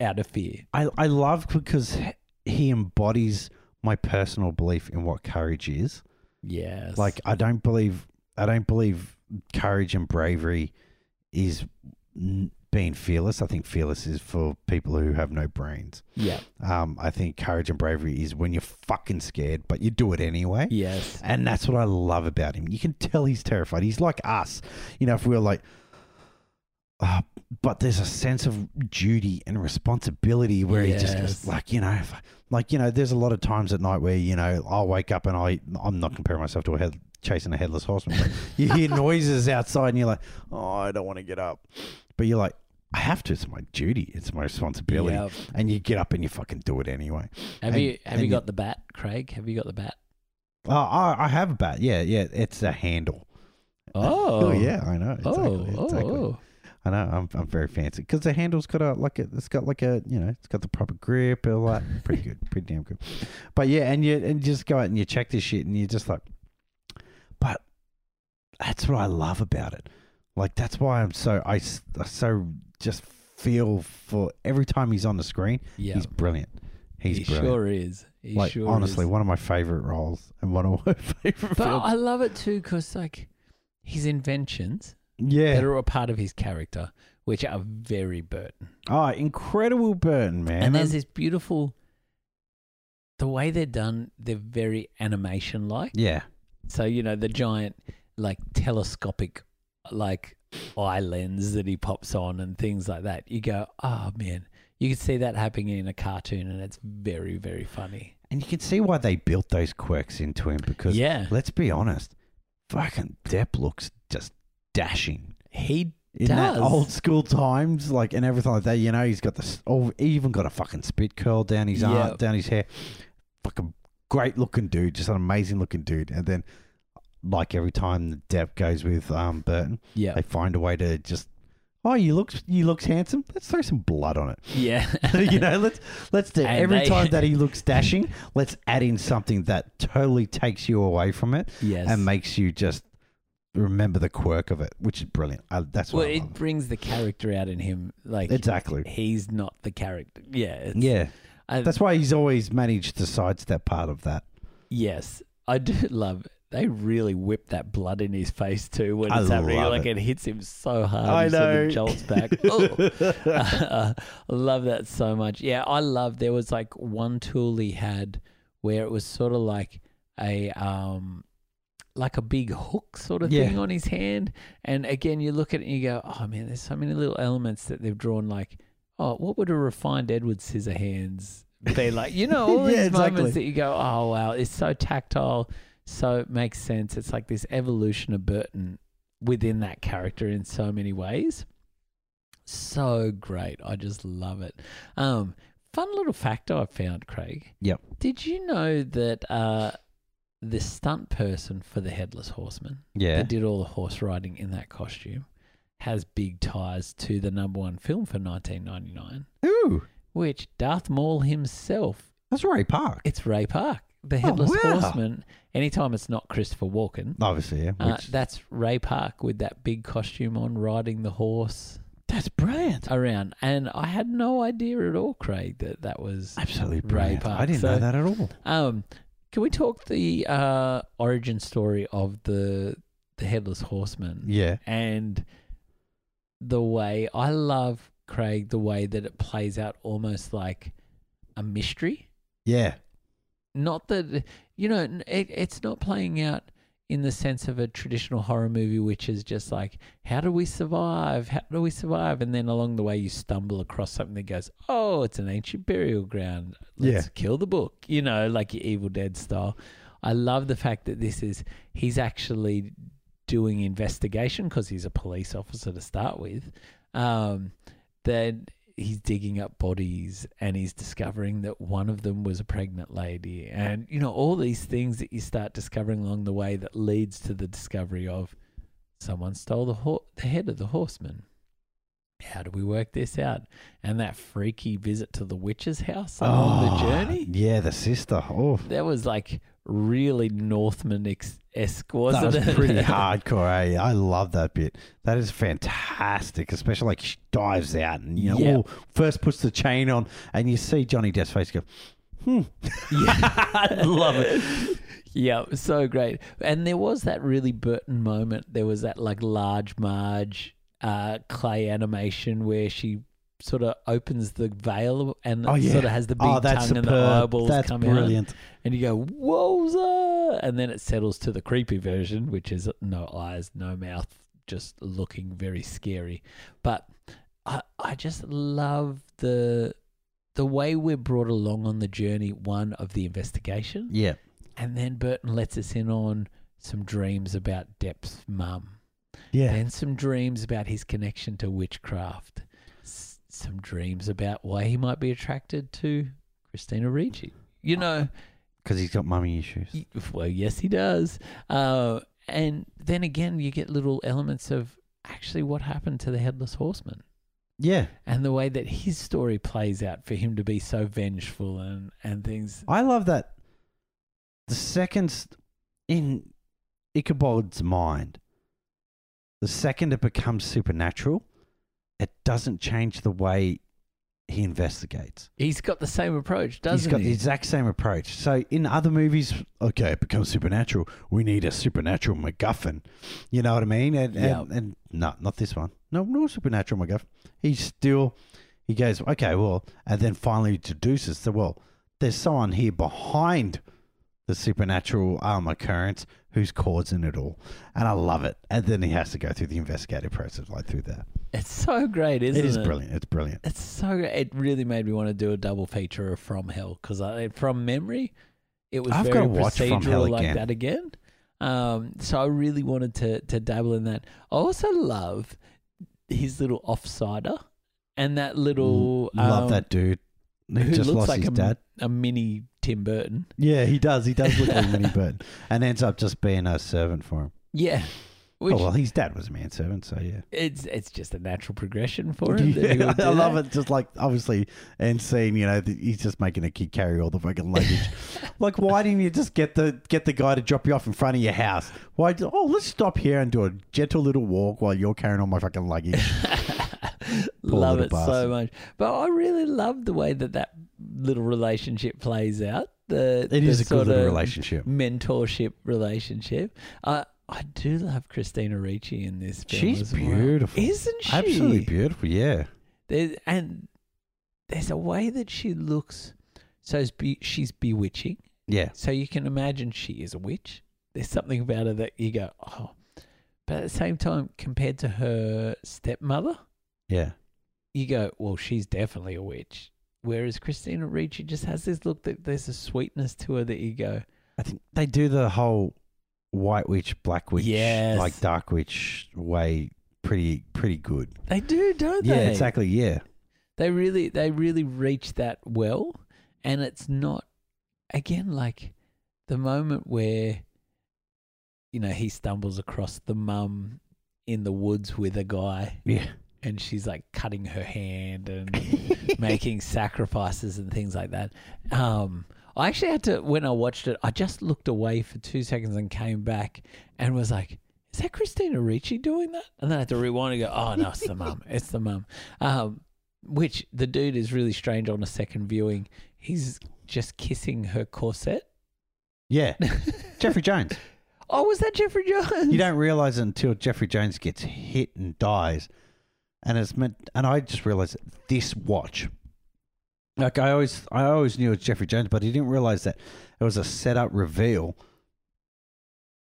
A: out of fear.
B: I, I love because he embodies my personal belief in what courage is.
A: Yes.
B: Like I don't believe I don't believe courage and bravery is n- being fearless. I think fearless is for people who have no brains.
A: Yeah.
B: Um, I think courage and bravery is when you're fucking scared, but you do it anyway.
A: Yes.
B: And that's what I love about him. You can tell he's terrified. He's like us. You know, if we were like, "Ah," but there's a sense of duty and responsibility where he just
A: Yes.
B: goes, like, you know, if- like, you know, there's a lot of times at night where, you know, I'll wake up and I, I'm not comparing myself to a head, chasing a headless horseman. But you hear noises outside and you're like, oh, I don't want to get up. But you're like, I have to. It's my duty. It's my responsibility.
A: Yep.
B: And you get up and you fucking do it anyway.
A: Have
B: And-
A: you have
B: and
A: you
B: you-
A: got the bat, Craig? Have you got the bat?
B: Oh, I, I have a bat. Yeah, yeah. It's a handle.
A: Oh,
B: yeah, I know. Exactly,
A: Oh, oh,
B: exactly.
A: oh.
B: I know. I'm, I'm very fancy because the handle's got a like a, it's got like a you know it's got the proper grip and all that. Pretty good, pretty damn good. But yeah, and you and you just go out and you check this shit and you're just like, but that's what I love about it. Like that's why I'm so I, s- I so just feel for every time he's on the screen,
A: yeah.
B: he's brilliant. He's
A: he
B: brilliant.
A: sure is. He
B: like
A: sure
B: honestly,
A: is.
B: one of my favorite roles and one of my favorite
A: but
B: films.
A: I love it too because like his inventions that
B: yeah.
A: are a part of his character, which are very Burton.
B: Oh, incredible Burton, man.
A: And, there's this beautiful. The way they're done, they're very animation like.
B: yeah.
A: So you know the giant, like telescopic, like eye lens that he pops on and things like that. You go, oh man, you can see that happening in a cartoon, and it's very very funny.
B: And you can see why they built those quirks into him because,
A: Yeah,
B: let's be honest, fucking Depp looks just dashing.
A: he
B: In that
A: Does.
B: old school times, like and everything like that, you know, he's got this. Oh, he even got a fucking spit curl down his
A: Yeah.
B: arm, down his hair. Fucking great looking dude, just an amazing looking dude. And then, like every time the Depp goes with um Burton,
A: yeah
B: they find a way to just, oh, you looks you looks handsome. Let's throw some blood on it.
A: yeah
B: you know, let's let's do it.
A: And
B: every
A: they-
B: time that he looks dashing, let's add in something that totally takes you away from it
A: yes.
B: and makes you just remember the quirk of it, which is brilliant. I, that's
A: well,
B: what I
A: it
B: love.
A: brings the character out in him. Like
B: exactly.
A: he's not the character. Yeah, it's-
B: Yeah,
A: I,
B: that's why he's always managed to sidestep part of that.
A: yes. I do love. They really whip that blood in his face too when
B: I
A: it's happening.
B: love
A: like
B: it.
A: it. hits him so hard.
B: I
A: he sort of
B: know.
A: jolts back. oh. I love that so much. Yeah, I love. There was like one tool he had where it was sort of like a um, like a big hook sort of
B: Yeah.
A: thing on his hand. And again, you look at it and you go, "Oh man, there's so many little elements that they've drawn." Like, oh, what would a refined Edward Scissorhands be like? You know, all
B: Yeah,
A: these
B: exactly.
A: moments that you go, "Oh wow, it's so tactile." So it makes sense. It's like this evolution of Burton within that character in so many ways. So great. I just love it. Um, fun little fact I found, Craig.
B: Yep.
A: Did you know that uh, the stunt person for the Headless Horseman
B: yeah,
A: that did all the horse riding in that costume has big ties to the number one film for 1999,
B: ooh,
A: which Darth Maul himself
B: that's Ray Park,
A: it's Ray Park, the Headless
B: Oh, wow.
A: Horseman. Anytime it's not Christopher Walken,
B: obviously. Yeah,
A: uh,
B: which-
A: that's Ray Park with that big costume on, riding the horse
B: that's brilliant.
A: around. And I had no idea at all, Craig, that that was.
B: Absolutely
A: Ray
B: brilliant.
A: Park,
B: I didn't
A: so-
B: know that at all.
A: Um, can we talk the uh, origin story of the the headless horseman?
B: Yeah,
A: and the way I love Craig, the way that it plays out almost like a mystery.
B: yeah,
A: not that you know n- it, it's not playing out in the sense of a traditional horror movie which is just like how do we survive how do we survive and then along the way you stumble across something that goes oh it's an ancient burial ground let's
B: Yeah.
A: kill the book you know like your evil dead style i love the fact that this is he's actually doing investigation because he's a police officer to start with um, then he's digging up bodies and he's discovering that one of them was a pregnant lady and you know all these things that you start discovering along the way that leads to the discovery of someone stole the ho- the head of the horseman how do we work this out and that freaky visit to the witch's house along
B: Ah.
A: the journey
B: Oh, Yeah, the sister. Oh,
A: that was like really Northman ex- esque,
B: that
A: wasn't
B: was
A: it?
B: pretty hardcore. Eh? I love that bit. That is fantastic, especially like she dives out and you know,
A: Yeah.
B: ooh, first puts the chain on, and you see Johnny Depp's face go.
A: I love it. Yeah, it was so great. And there was that really Burton moment. There was that like large Marge uh, clay animation where she sort of opens the veil and
B: Oh, yeah.
A: sort of has the big
B: oh,
A: tongue
B: that's
A: and
B: superb.
A: the eyeballs
B: that's
A: come out.
B: brilliant.
A: And you go, wowza! And then it settles to the creepy version, which is no eyes, no mouth, just looking very scary. But I, I just love the the way we're brought along on the journey, one of the investigation,
B: Yeah.
A: and then Burton lets us in on some dreams about Depp's mum,
B: Yeah.
A: then some dreams about his connection to witchcraft, s- some dreams about why he might be attracted to Christina Ricci. You know,
B: Because he's got mummy issues.
A: Y- Well, yes, he does. Uh, and then again, you get little elements of actually what happened to the headless horseman
B: Yeah.
A: and the way that his story plays out for him to be so vengeful and, and things.
B: I love that the second st- in Ichabod's mind, the second it becomes supernatural, it doesn't change the way he investigates.
A: He's got the same approach, doesn't
B: He's got
A: he?
B: the exact same approach. So in other movies, okay, it becomes supernatural. We need a supernatural MacGuffin. You know what I mean? And
A: Yeah.
B: and, and no, not this one. No, no supernatural MacGuffin. He still he goes, okay, well, and then finally deduces that well, there's someone here behind the supernatural um occurrence who's causing it all. And I love it. And then he has to go through the investigative process like through that.
A: it's so great, isn't it?
B: it is brilliant. It's brilliant.
A: It's so great. It really made me want to do a double feature of From Hell because I, from memory, it was
B: I've
A: very
B: gotta watch From
A: procedural
B: Hell
A: like
B: again.
A: that again. Um, so I really wanted to to dabble in that. I also love his little offsider and that little
B: love
A: um,
B: that dude. He
A: who
B: just
A: looks
B: lost
A: like
B: his
A: a,
B: dad.
A: a mini Tim Burton.
B: Yeah, he does. He does look like Minnie Burton, and ends up just being a servant for him.
A: Yeah. Which
B: oh well, his dad was a manservant, so yeah.
A: it's it's just a natural progression for him. that he
B: Yeah,
A: would do
B: I love
A: that.
B: it. Just like obviously, and seeing you know that he's just making a kid carry all the fucking luggage. like, why didn't you just get the get the guy to drop you off in front of your house? Why? do- Oh, let's stop here and do a gentle little walk while you're carrying all my fucking luggage. Poor
A: love
B: little
A: it so
B: bastard.
A: much. But I really love the way that that little relationship plays out. The
B: It
A: the
B: is a
A: sort
B: good little
A: of
B: relationship.
A: mentorship relationship. I I do love Christina Ricci in this film.
B: She's
A: as well.
B: beautiful.
A: isn't she?
B: Absolutely beautiful. Yeah.
A: There's, and there's a way that she looks. So it's be, she's bewitching.
B: Yeah.
A: So you can imagine she is a witch. There's something about her that you go, oh. But at the same time, compared to her stepmother,
B: Yeah.
A: you go, well, she's definitely a witch. Whereas Christina Ricci just has this look that there's a sweetness to her that you go,
B: I think they do the whole white witch, black witch,
A: Yes.
B: like dark witch way pretty pretty good.
A: they do, don't
B: Yeah,
A: they?
B: exactly. Yeah,
A: They really, they really reach that well, and it's not, again, like the moment where, you know, he stumbles across the mum in the woods with a guy,
B: yeah.
A: and she's like cutting her hand and making sacrifices and things like that. Um, I actually had to when I watched it, I just looked away for two seconds and came back and was like, "Is that Christina Ricci doing that?" And then I had to rewind and go, "Oh no, it's the mum. It's the mum." Um, which the dude is really strange on a second viewing. He's just kissing her corset.
B: yeah. Jeffrey Jones.
A: Oh, was that Jeffrey Jones?
B: You don't realize it until Jeffrey Jones gets hit and dies, and it's meant. And I just realized that this watch. Like I always, I always knew it was Jeffrey Jones, but he didn't realize that it was a setup reveal.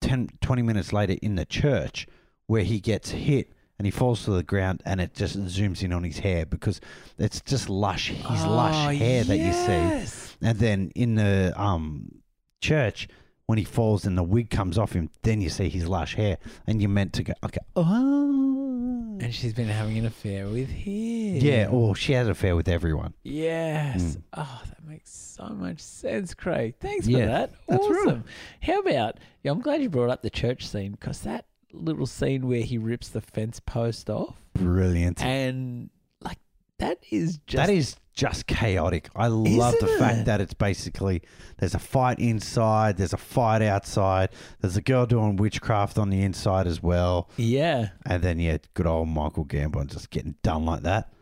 B: 10, 20 minutes later in the church, where he gets hit and he falls to the ground, and it just zooms in on his hair because it's just lush, his
A: Oh,
B: lush hair that you see.
A: you see.
B: And then in the um, church, when he falls and the wig comes off him, then you see his lush hair, and you're meant to go, okay, oh,
A: And she's been having an affair with him.
B: Yeah, or she had an affair with everyone.
A: Yes.
B: Mm.
A: Oh, that makes so much sense, Craig. Thanks for
B: Yeah,
A: that.
B: that's right.
A: awesome. How about, yeah, I'm glad you brought up the church scene because that little scene where he rips the fence post off
B: Brilliant.
A: and like that is just
B: that is just chaotic. I love the
A: Isn't it?
B: fact that it's basically there's a fight inside, there's a fight outside, there's a girl doing witchcraft on the inside as well,
A: yeah.
B: and then yeah, good old Michael Gambon just getting done like that.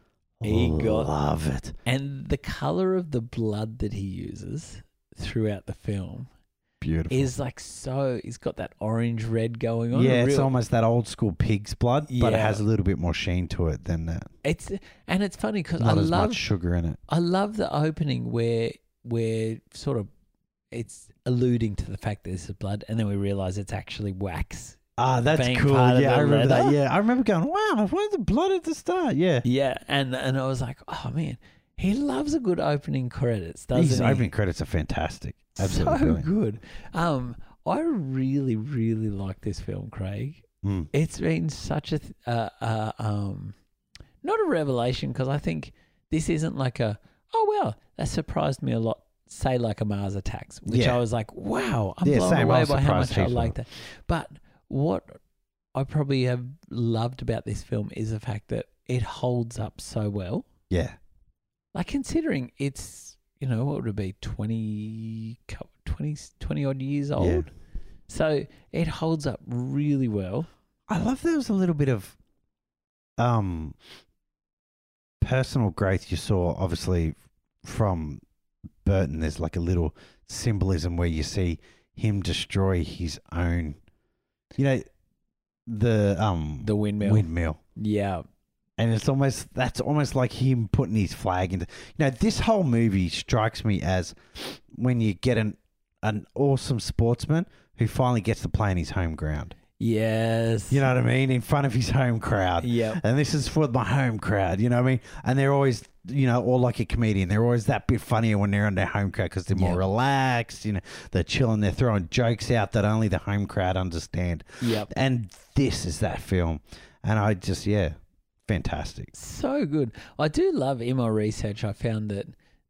A: He got-
B: love it.
A: And the color of the blood that he uses throughout the film
B: Beautiful.
A: is like so he's got that orange red going on.
B: yeah,
A: a
B: it's
A: real-
B: almost that old school pig's blood, but it
A: Yeah.
B: has a little bit more sheen to it than that.
A: it's and it's funny because I
B: Not as
A: love
B: much sugar in it.
A: I love the opening where we're sort of it's alluding to the fact that this is blood, and then we realize it's actually wax.
B: Ah, that's
A: being
B: cool.
A: part of
B: Yeah,
A: the
B: I remember that.
A: leather.
B: Yeah, I remember going, wow, where's the blood at the start? Yeah.
A: Yeah, and and I was like, oh man, he loves a good opening credits, doesn't
B: These
A: he?
B: opening credits are fantastic. Absolutely
A: so
B: brilliant.
A: good. Um, I really really like this film, Craig.
B: Mm.
A: It's been such a th- uh, uh, um, not a revelation because I think this isn't like a oh wow that surprised me a lot. Say like a Mars Attacks, which
B: Yeah.
A: I was like, wow, I'm
B: Yeah,
A: blown
B: same. I
A: away
B: was
A: by how
B: surprised
A: much I
B: heaps
A: like
B: by
A: that. But what I probably have loved about this film is the fact that it holds up so well.
B: Yeah.
A: Like considering it's you know what would it be 20, cou- 20, 20 odd years old, so it holds up really well.
B: I love there was a little bit of um personal growth you saw obviously from Burton. There's like a little symbolism where you see him destroy his own you know the um
A: The windmill,
B: windmill.
A: yeah,
B: And it's almost that's almost like him putting his flag into. You know, this whole movie strikes me as when you get an an awesome sportsman who finally gets to play in his home ground.
A: yes,
B: You know what I mean? In front of his home crowd.
A: yeah,
B: And this is for my home crowd. You know what I mean? And they're always, you know, or like a comedian, they're always that bit funnier when they're on their home crowd because they're more
A: Yeah.
B: relaxed. You know, they're chilling, they're throwing jokes out that only the home crowd understand.
A: yeah.
B: And this is that film. And I just, yeah, fantastic.
A: So good. I do love in my research. I found that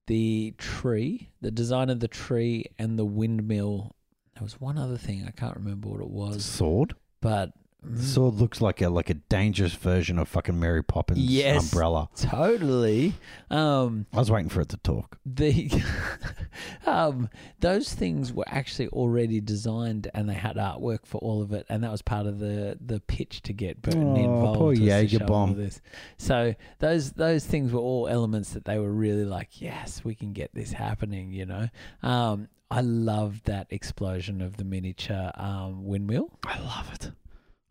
A: the tree, the design of the tree, and the windmill. There was one other thing I can't remember what it was,
B: Sword.
A: but
B: The sword looks like a like a dangerous version of fucking Mary Poppins
A: Yes.
B: umbrella.
A: totally. Um,
B: I was waiting for it to talk.
A: the um, those things were actually already designed, and they had artwork for all of it, and that was part of the the pitch to get Burton
B: Oh,
A: involved.
B: poor
A: was to show
B: Jagerbomb.
A: all This. So those those things were all elements that they were really like, yes, we can get this happening. You know, um, I love that explosion of the miniature um, windmill.
B: I love it.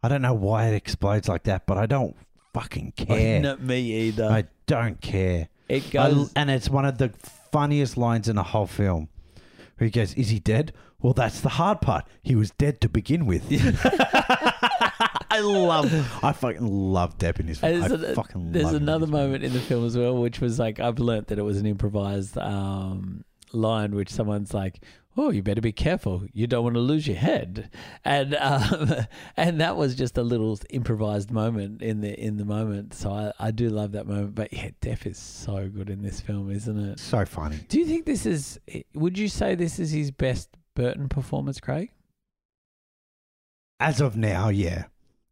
B: I don't know why it explodes like that, but I don't fucking care.
A: Not me either.
B: I don't care.
A: it
B: I-
A: goes.
B: and it's one of the funniest lines in the whole film. Where he goes, Is he dead? Well, that's the hard part. He was dead to begin with. I love, I fucking love Depp in his film.
A: And
B: I
A: there's a-
B: fucking
A: There's
B: love him in
A: another
B: his film.
A: moment in the film as well, which was like I've learnt that it was an improvised um, line, which someone's like, "Oh, you better be careful. You don't want to lose your head," and um, and that was just a little improvised moment in the in the moment. So I, I do love that moment. But yeah, Def is so good in this film, isn't it?
B: So funny.
A: Do you think this is? Would you say this is his best Burton performance, Craig?
B: As of now, yeah.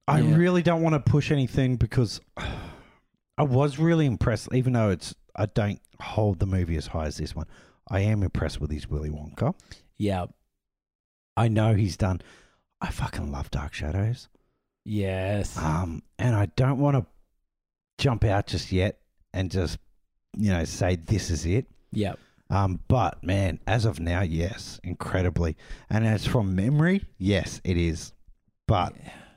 B: I
A: Yeah.
B: really don't want to push anything because I was really impressed, even though it's I don't hold the movie as high as this one. I am impressed with his Willy Wonka.
A: Yeah,
B: I know he's done. I fucking love Dark Shadows.
A: yes,
B: Um, and I don't want to jump out just yet and just you know say this is it.
A: yeah,
B: Um, but man, as of now, yes, incredibly. And as from memory, yes, it is. But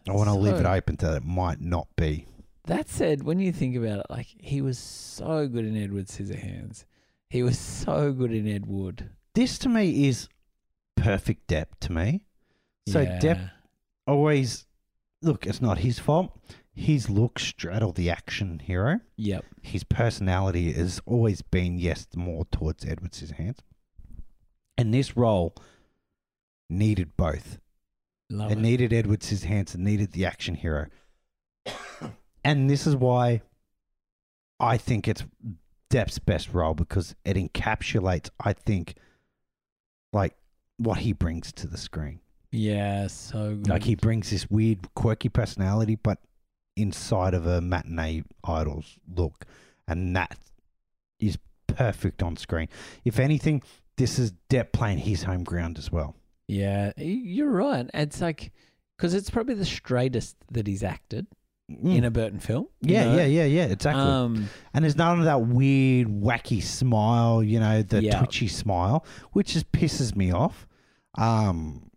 B: I want to leave
A: So-
B: it open that it might not be.
A: That said, when you think about it, like he was so good in Edward Scissorhands. He was so good in Ed Wood.
B: This to me is perfect depth to me. So
A: yeah.
B: Depp always look. It's not his fault. His look straddle the action hero.
A: Yep.
B: his personality has always been yes more towards Edwards' hands, and this role needed both.
A: Love
B: it
A: it.
B: needed Edwards' hands and needed the action hero, And this is why I think it's Depp's best role because it encapsulates, I think, like what he brings to the screen.
A: Yeah, so good.
B: Like he brings this weird, quirky personality, but inside of a matinee idol's look, and that is perfect on screen. If anything, this is Depp playing his home ground as well.
A: yeah, y- you're right. It's like because it's probably the straightest that he's acted in a Burton film. you
B: Hmm. Mm. yeah,
A: know?
B: yeah, yeah, yeah, exactly.
A: Um,
B: and there's none of that weird, wacky smile, you know, the
A: Yeah.
B: twitchy smile, which just pisses me off. Um,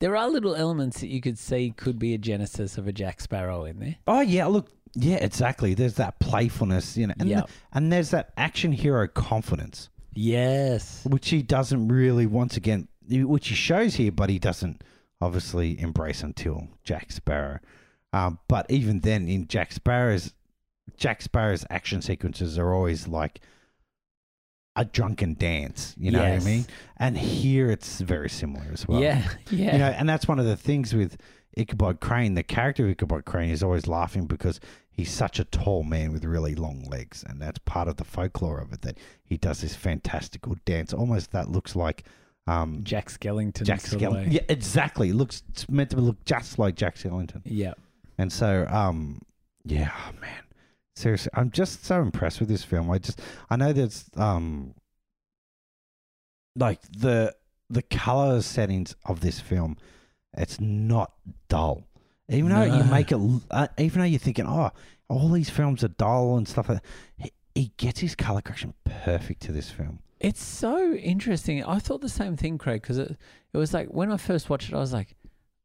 A: there are little elements that you could see could be a genesis of a Jack Sparrow in there.
B: oh yeah, look, yeah, exactly. There's that playfulness, you know, and,
A: Yeah.
B: and there's that action hero confidence.
A: Yes.
B: which he doesn't really once again which he shows here but he doesn't obviously embrace until jack sparrow um, but even then in jack sparrow's jack sparrow's action sequences are always like a drunken dance you know
A: Yes.
B: what i mean and here it's very similar as well
A: yeah, yeah.
B: you know, and that's one of the things with Ichabod Crane. The character of Ichabod Crane is always laughing because he's such a tall man with really long legs, and that's part of the folklore of it that he does this fantastical dance. Almost that looks like um,
A: Jack Skellington.
B: Jack
A: sort of way.
B: Skellington. Yeah, exactly. It looks it's meant to look just like Jack Skellington.
A: Yeah.
B: And so, um, yeah, oh, man, seriously, I'm just so impressed with this film. I just, I know that's, um, like the the color settings of this film, it's not dull. Even though
A: No.
B: you make it, l- uh, even though you're thinking, oh, all these films are dull and stuff, like that, he, he gets his color correction perfect to this film.
A: It's so interesting. I thought the same thing, Craig, because it, it was like when I first watched it, I was like,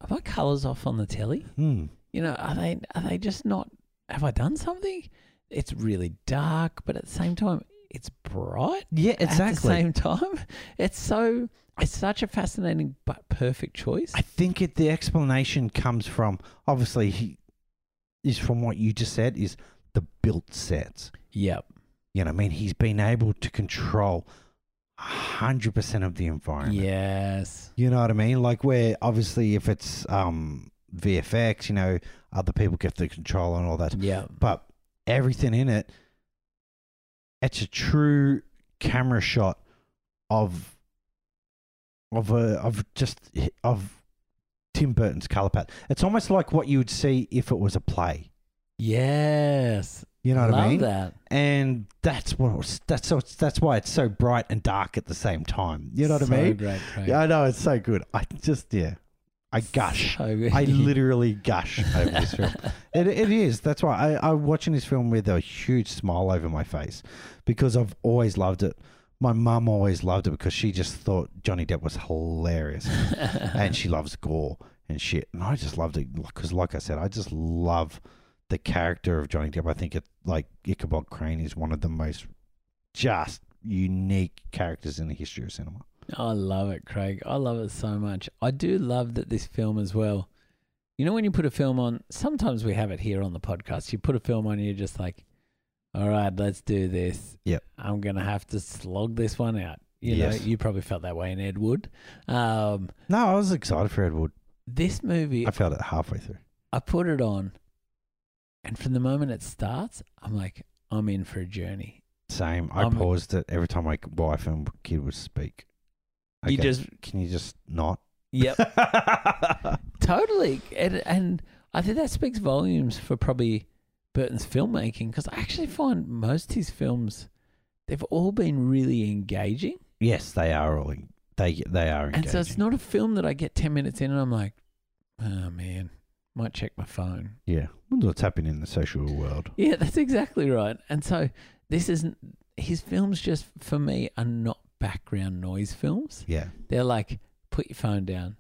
A: "Are my colors off on the telly?
B: Hmm.
A: You know, are they are they just not? Have I done something? It's really dark, but at the same time, it's bright.
B: Yeah,
A: At the same time, it's so it's such a fascinating but perfect choice.
B: I think it, the explanation comes from obviously he is from what you just said is the built sets.
A: yep.
B: You know, what I mean, he's been able to control hundred percent of the environment.
A: Yes.
B: You know what I mean? Like where obviously if it's um, VFX, you know, other people get the control and all that,
A: Yep.
B: but everything in it, it's a true camera shot of of a of just of Tim Burton's color palette. It's almost like what you would see if it was a play.
A: Yes.
B: You know what
A: Love
B: I mean?
A: that.
B: And that's what it was, that's so that's why it's so bright and dark at the same time. You know what
A: So
B: I mean?
A: Great, Craig.
B: Yeah, I know it's so good. I just yeah, I gush.
A: So good.
B: I literally gush over this film. It, it is. That's why I, I'm watching this film with a huge smile over my face because I've always loved it. My mum always loved it because she just thought Johnny Depp was hilarious and she loves gore and shit. And I just loved it because, like I said, I just love the character of Johnny Depp. I think it like Ichabod Crane is one of the most just unique characters in the history of cinema.
A: I love it, Craig. I love it so much. I do love that this film as well. You know, when you put a film on, sometimes we have it here on the podcast. You put a film on, and you're just like, all right, let's do this.
B: Yep.
A: I'm going to have to slog this one out. You
B: Yes.
A: know, you probably felt that way in Ed Wood. Um,
B: No, I was excited for Edward.
A: this movie,
B: I felt it halfway through.
A: I put it on, and from the moment it starts, I'm like, I'm in for a journey.
B: Same. I
A: I'm-
B: paused it every time my wife and kid would speak.
A: You just,
B: can you just not?
A: yep. Totally, and, and I think that speaks volumes for probably Burton's filmmaking because I actually find most his films they've all been really engaging,
B: yes, they are all. en- They they are engaging.
A: and so it's not a film that I get ten minutes in and I'm like, oh man, might check my phone.
B: yeah. Wonder what's happening in the social world.
A: Yeah, that's exactly right. And so this isn't his films. Just for me, are not background noise films.
B: Yeah.
A: They're like, put your phone down,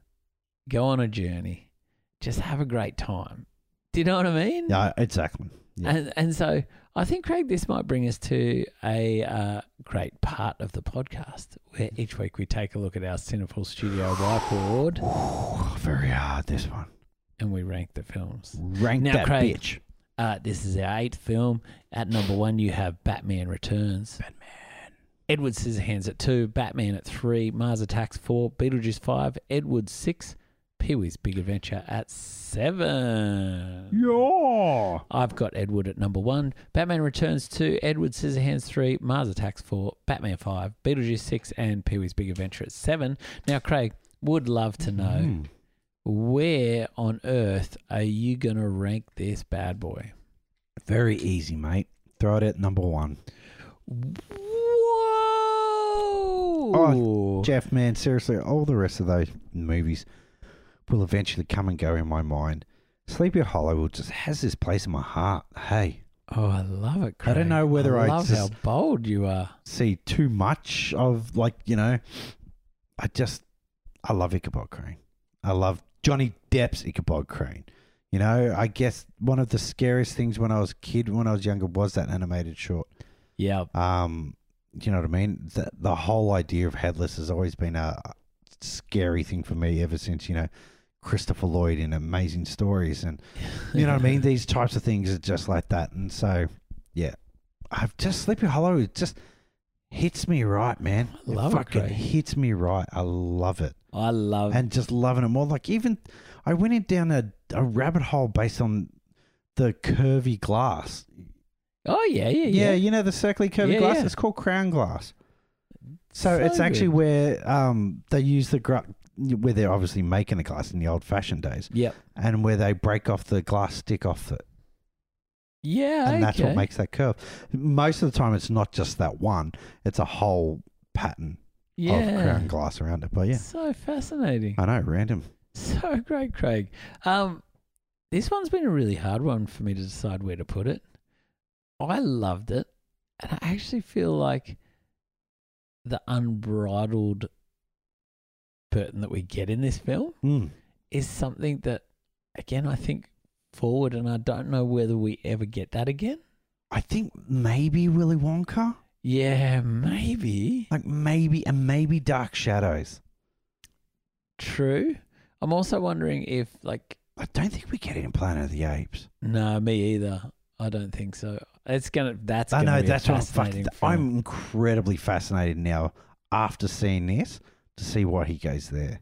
A: go on a journey, just have a great time. Do you know what I mean?
B: Yeah. Exactly. Yeah.
A: And and so I think Craig, this might bring us to a uh, great part of the podcast where each week we take a look at our Cinephile Studio whiteboard
B: Ooh,
A: Oh,
B: very hard this one.
A: and we rank the films.
B: Rank
A: Now,
B: that
A: Craig.
B: bitch.
A: Uh, this is our eighth film. At number one, you have Batman Returns. Batman. Edward Scissorhands at two, Batman at three, Mars Attacks four, Beetlejuice five, Edward six, Pee Wee's Big Adventure at seven.
B: Yeah.
A: I've got Edward at number one. Batman Returns two. Edward Scissorhands three. Mars Attacks four. Batman five. Beetlejuice six. And Pee Wee's Big Adventure at seven. Now, Craig would love to know
B: Hmm.
A: where on earth are you gonna rank this bad boy?
B: Very easy, mate. Throw it at number one.
A: Whoa!
B: Jeff, man, seriously, all the rest of those movies will eventually come and go in my mind. Sleepy Hollow will just has this place in my heart. Hey,
A: oh, I love it. Craig.
B: I don't know whether I
A: love how
B: just-
A: bold you are.
B: see too much of like you know, I just I love Ichabod Crane. I love Johnny Depp's Ichabod Crane. You know, I guess one of the scariest things when I was a kid, when I was younger, was that animated short.
A: Yeah,
B: Um, you know what I mean? The, the whole idea of headless has always been a scary thing for me ever since, you know, Christopher Lloyd in Amazing Stories. And, you know what I mean? These types of things are just like that. And so, yeah, I've just, Sleepy Hollow, it just hits me right, man.
A: I love it,
B: fucking
A: Craig.
B: hits me right. I love it.
A: I love.
B: And just loving it more. Like, even I went in down a, a rabbit hole based on the curvy glass.
A: oh yeah, yeah,
B: Yeah,
A: yeah.
B: you know the circly curvy
A: Yeah,
B: glass.
A: yeah.
B: It's called crown glass.
A: So
B: So, it's actually
A: good.
B: where um, they use the gra- where they're obviously making a glass in the old fashioned days,
A: Yep.
B: and where they break off the glass stick off it,
A: Yeah.
B: and
A: okay.
B: that's what makes that curve. Most of the time, it's not just that one; it's a whole pattern of
A: yeah.
B: crown glass around it. But yeah,
A: So fascinating.
B: I know, random.
A: So great, Craig. Um, this one's been a really hard one for me to decide where to put it. I loved it, and I actually feel like the unbridled Burton that we get in this film
B: Mm.
A: is something that, again, I think forward, and I don't know whether we ever get that again.
B: I think maybe Willy Wonka,
A: Yeah, maybe.
B: like maybe, and maybe Dark Shadows.
A: True. I'm also wondering if, like,
B: I don't think we get it in Planet of the Apes.
A: No, me either. I don't think so. It's gonna. That's.
B: I
A: gonna
B: know
A: be
B: that's
A: a
B: what I'm fucking.
A: fascinating film.
B: I'm incredibly fascinated now after seeing this to see why he goes there.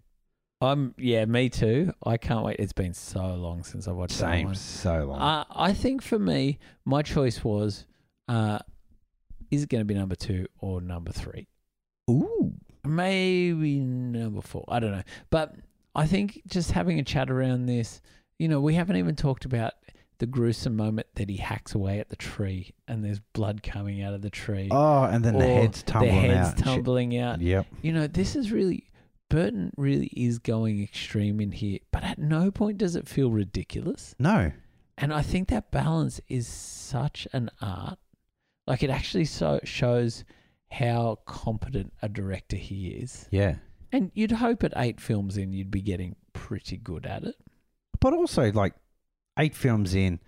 A: I'm. Yeah, me too. I can't wait. It's been so long since I watched
B: Same,
A: that
B: so long.
A: one. I I think for me, my choice was, uh, is it going to be number two or number three?
B: Ooh,
A: Maybe number four. I don't know. But I think just having a chat around this, you know, we haven't even talked about the gruesome moment that he hacks away at the tree and there's blood coming out of the tree.
B: oh, and then the
A: Or
B: heads tumbling
A: the heads
B: out. and shit.
A: tumbling out.
B: Yep.
A: You know, this is really Burton really is going extreme in here, but at no point does it feel ridiculous.
B: No.
A: And I think that balance is such an art. Like it actually so shows how competent a director he is.
B: Yeah.
A: And you'd hope at eight films in you'd be getting pretty good at it.
B: But also, like eight films in,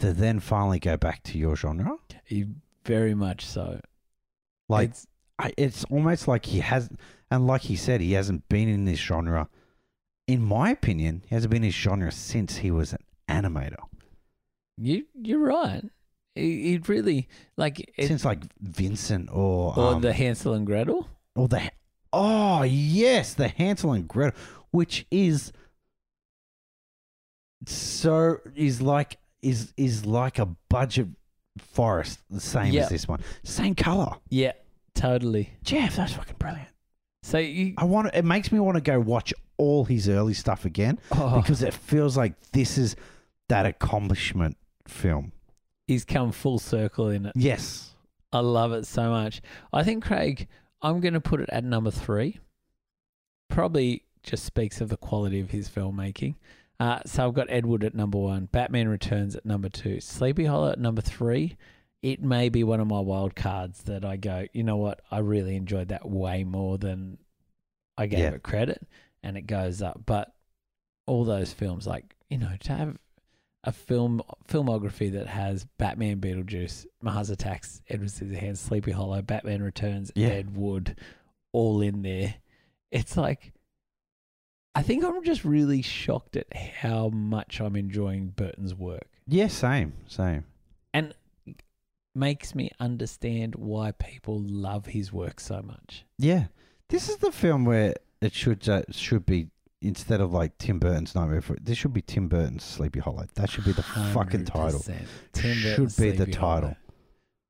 B: to then finally go back to your genre,
A: You- very much so.
B: like
A: It's-
B: I, it's almost like he has, and like he said, he hasn't been in this genre. In my opinion, he hasn't been in this genre since he was an animator.
A: you you're right. It, it really like it,
B: since like Vincent or
A: or
B: um,
A: the Hansel and Gretel.
B: or the oh yes the Hansel and Gretel which is so is like is is like a budget forest the same
A: Yeah.
B: as this one same color
A: Yeah, totally.
B: Jeff that's fucking brilliant
A: So you
B: I want it makes me want to go watch all his early stuff again
A: oh.
B: because it feels like this is that accomplishment film
A: he's come full circle in it.
B: yes
A: I love it so much. I think Craig, I'm going to put it at number three. Probably just speaks of the quality of his filmmaking. Uh, so I've got Edward at number one, Batman Returns at number two, Sleepy Hollow at number three. It may be one of my wild cards that I go, you know what? I really enjoyed that way more than I gave
B: Yeah.
A: it credit, and it goes up. But all those films, like you know, to have a film filmography that has Batman, Beetlejuice, Mars Attacks, Edward Scissorhands, Sleepy Hollow, Batman Returns,
B: Yeah.
A: Ed Wood, all in there. It's like I think I'm just really shocked at how much I'm enjoying Burton's work.
B: yeah same same
A: Makes me understand why people love his work so much.
B: Yeah, this is the film where it should uh, should be instead of like Tim Burton's Nightmare Before, this should be Tim Burton's Sleepy Hollow. That should be the fucking title.
A: 100%.
B: Should
A: Burton's
B: be the
A: Sleepy Hollow.
B: title.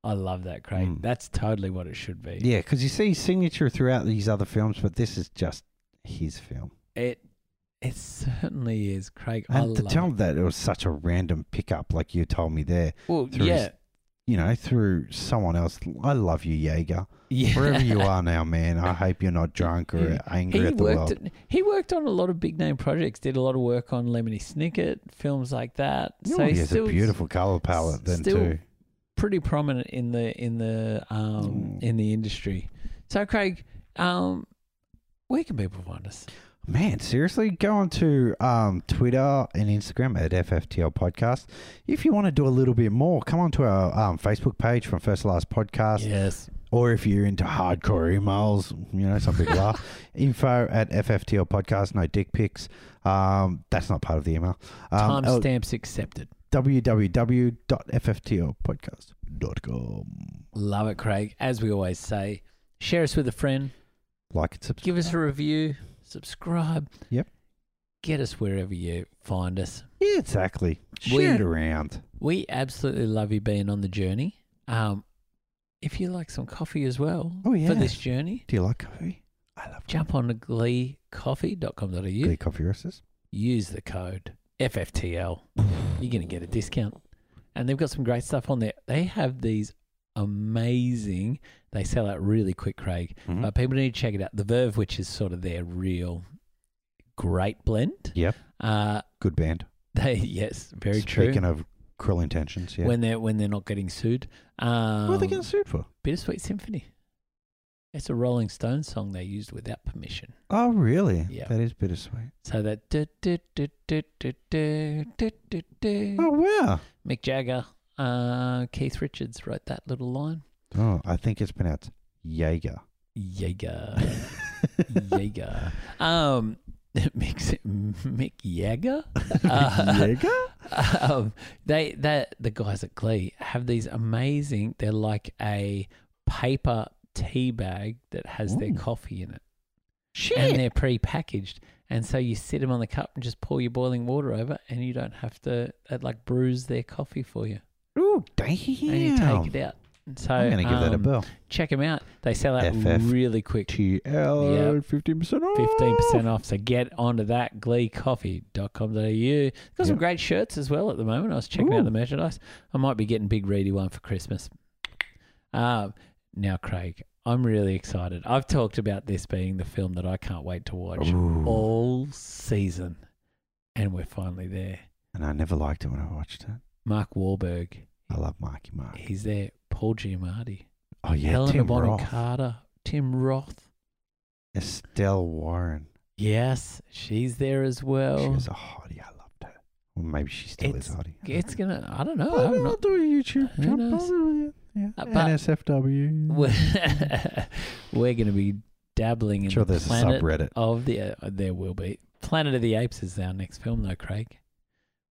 A: I love that, Craig.
B: Mm.
A: That's totally what it should be.
B: Yeah, because you see his signature throughout these other films, but this is just his film.
A: It it certainly is, Craig. I
B: And to
A: love
B: tell
A: it.
B: that it was such a random pickup, like you told me there,
A: Well,
B: through
A: yeah,
B: you know, through someone else. I love you, Jaeger.
A: yeah.
B: Wherever you are now, man, I hope you're not drunk or angry
A: He
B: at the
A: worked.
B: world.
A: At, he worked on a lot of big name projects. Did a lot of work on Lemony Snicket films like that.
B: Oh,
A: so
B: he
A: he's
B: has
A: still
B: a beautiful color palette then
A: still-
B: too.
A: pretty prominent in the in the um
B: Mm.
A: in the industry. So, Craig, um, where can people find us?
B: Man, seriously, go on to um, Twitter and Instagram at FFTL Podcast. If you want to do a little bit more, come on to our um, Facebook page from First to Last Podcast.
A: Yes.
B: Or if you're into hardcore emails, you know, some people are. Info at FFTL Podcast, no dick pics. Um, that's not part of the email. Um, oh,
A: Timestamps accepted.
B: www.fftlpodcast.com.
A: Love it, Craig. As we always say, share us with a friend.
B: Like and subscribe.
A: give us a review, subscribe.
B: Yep.
A: Get us wherever you find us.
B: Yeah, exactly. Share
A: We-
B: it around.
A: We absolutely love you being on the journey. Um, if you like some coffee as well
B: Oh, yeah.
A: for this journey,
B: Do you like coffee? I love
A: jump on to gleecoffee.com.au.
B: Glee coffee roasters.
A: Use the code FFTL. You're going to get a discount. And they've got some great stuff on there. They have these amazing, they sell out really quick, Craig.
B: Mhm.
A: But people need to check it out. The Verve, which is sort of their real great blend.
B: Yep.
A: Uh,
B: Good band.
A: they yes, very true.
B: Speaking of cruel intentions, yeah.
A: When they're when they're not getting sued. Um,
B: what are they getting sued for?
A: Bittersweet Symphony. It's a Rolling Stones song they used without permission.
B: Oh, really?
A: Yeah.
B: That is bittersweet.
A: So that du- du- du- du- du- du- du- du- du.
B: Oh, wow.
A: Mick Jagger, uh, Keith Richards wrote that little line.
B: Oh, I think it's pronounced Jaeger.
A: Jaeger. Jaeger. Um, Mick, Mick Jagger? Uh,
B: Jaeger?
A: um, they that the guys at Glee have these amazing. They're like a paper tea bag that has their
B: Ooh.
A: coffee in it, and
B: Shit.
A: they're pre-packaged. And so you sit them on the cup and just pour your boiling water over, and you don't have to. It like brews their coffee for you,
B: Ooh, damn.
A: and you take it out. And so
B: I'm going to give that a
A: um,
B: bell.
A: Check them out. They sell out
B: FF.
A: really quick.
B: TL, 15% off.
A: 15% off. So get onto that gleecoffee.com.au. Got some
B: Yep.
A: great shirts as well at the moment. I was checking out
B: Ooh.
A: the merchandise. I might be getting Big Reedy one for Christmas. Um, now, Craig, I'm really excited. I've talked about this being the film that I can't wait to watch
B: Ooh.
A: all season, and we're finally there.
B: And I never liked it when I watched it.
A: Mark Wahlberg,
B: I love Marky Mark.
A: he's there. Paul Giamatti,
B: Oh, yeah.
A: Helena
B: Tim
A: Bonham
B: Roth.
A: Carter, Tim Roth.
B: Estelle Warren.
A: Yes, she's there as well.
B: She was a hottie. I loved her. Well, maybe she still is
A: Oh. It's-
B: hottie.
A: It's gonna. I don't
B: Oh,
A: know. I'm
B: I'll
A: not.
B: do a YouTube
A: Who
B: channel.
A: knows?
B: Yeah.
A: Uh, but-
B: NSFW.
A: We're, we're gonna be dabbling in
B: I'm sure
A: the
B: there's a
A: planet
B: subreddit.
A: of the. Uh, there will be Planet of the Apes is our next film though, Craig.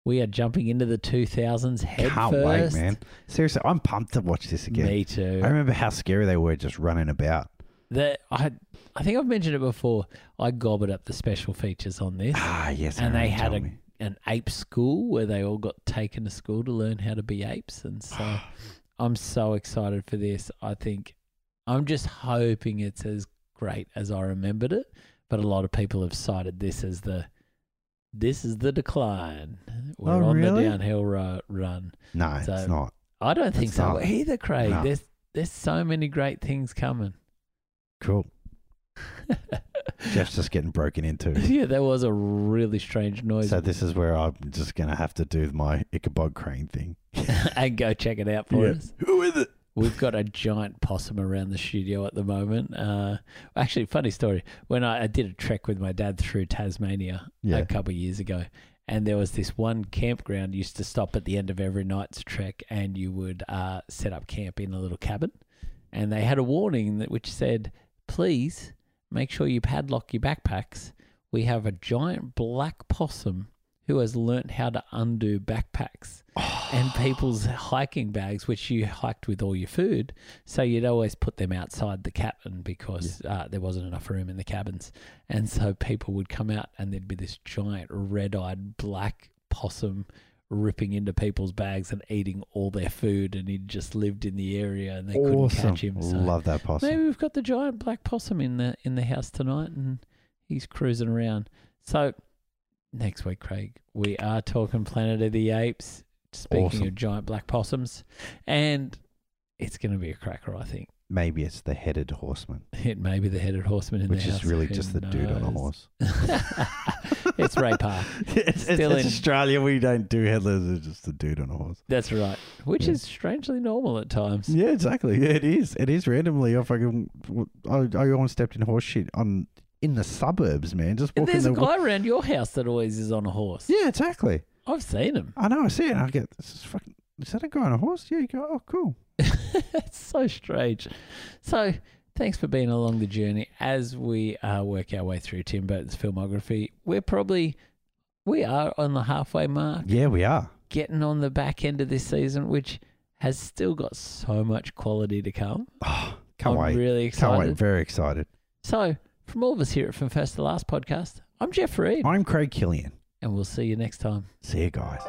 A: We are jumping into the 2000s head
B: Can't
A: first.
B: wait, man. Seriously, I'm pumped to watch this again.
A: Me too.
B: I remember how scary they were just running about.
A: The- I, I think I've mentioned it before. I gobbled up the special features on this.
B: Ah, yes. I
A: And they
B: remember you
A: had
B: telling
A: a-
B: me.
A: An ape school where they all got taken to school to learn how to be apes, and so I'm so excited for this. I think I'm just hoping it's as great as I remembered it. But a lot of people have cited this as the this is the decline. We're
B: Oh,
A: on
B: really?
A: the downhill ru- run.
B: No,
A: So-
B: it's not.
A: I don't think
B: That's
A: so
B: not-
A: either, Craig.
B: no.
A: There's there's so many great things coming.
B: Cool. Jeff's just getting broken into.
A: yeah, that was a really strange noise.
B: So this is where I'm just gonna have to do my Ichabod Crane thing.
A: and go check it out for
B: Yeah.
A: us.
B: Who is it?
A: We've got a giant possum around the studio at the moment. Uh, actually, funny story. When I, I did a trek with my dad through Tasmania
B: Yeah.
A: a couple of years ago, and there was this one campground used to stop at the end of every night's trek, and you would uh, set up camp in a little cabin, and they had a warning that which said, "Please make sure you padlock your backpacks. We have a giant black possum who has learnt how to undo backpacks." and people's hiking bags, which you hiked with all your food. So you'd always put them outside the cabin because uh, there wasn't enough room in the cabins. And so people would come out and there'd be this giant red eyed black possum ripping into people's bags and eating all their food. And he'd just lived in the area and they couldn't
B: awesome.
A: catch him. So
B: Love that possum.
A: maybe we've got the giant black possum in the in the house tonight and he's cruising around. So next week, Craig, we are talking Planet of the Apes. Speaking
B: Awesome.
A: of giant black possums. And it's gonna be a cracker, I think.
B: Maybe it's the headed horseman,
A: It may be the headed horseman in
B: which
A: the house.
B: is really
A: who
B: just the dude on a
A: knows?
B: horse.
A: it's Ray Park.
B: it's,
A: Still
B: it's
A: in-
B: Australia. We don't do headless. It's just the dude on a horse.
A: That's right. Which
B: Yeah.
A: is strangely normal at times.
B: Yeah, exactly. Yeah, it is. It is randomly. I fucking, I, I almost stepped in horse shit on in the suburbs, man. Just
A: And
B: walking
A: There's
B: the.
A: a guy around your house that always is on a horse.
B: yeah, exactly.
A: I've seen him.
B: I know. I see it. and I get this is fucking. Is that a guy on a horse? Yeah. You go. Oh, cool.
A: It's so strange. So, thanks for being along the journey as we uh, work our way through Tim Burton's filmography. We're probably we are on the halfway mark,
B: Yeah, we are.
A: getting on the back end of this season, which has still got so much quality to come.
B: Oh, can't
A: I'm
B: wait.
A: really
B: can't
A: excited.
B: wait. Very excited.
A: So, from all of us here at From First to Last podcast, I'm Jeff Reed,
B: I'm Craig Killian.
A: and we'll see you next time.
B: See you guys.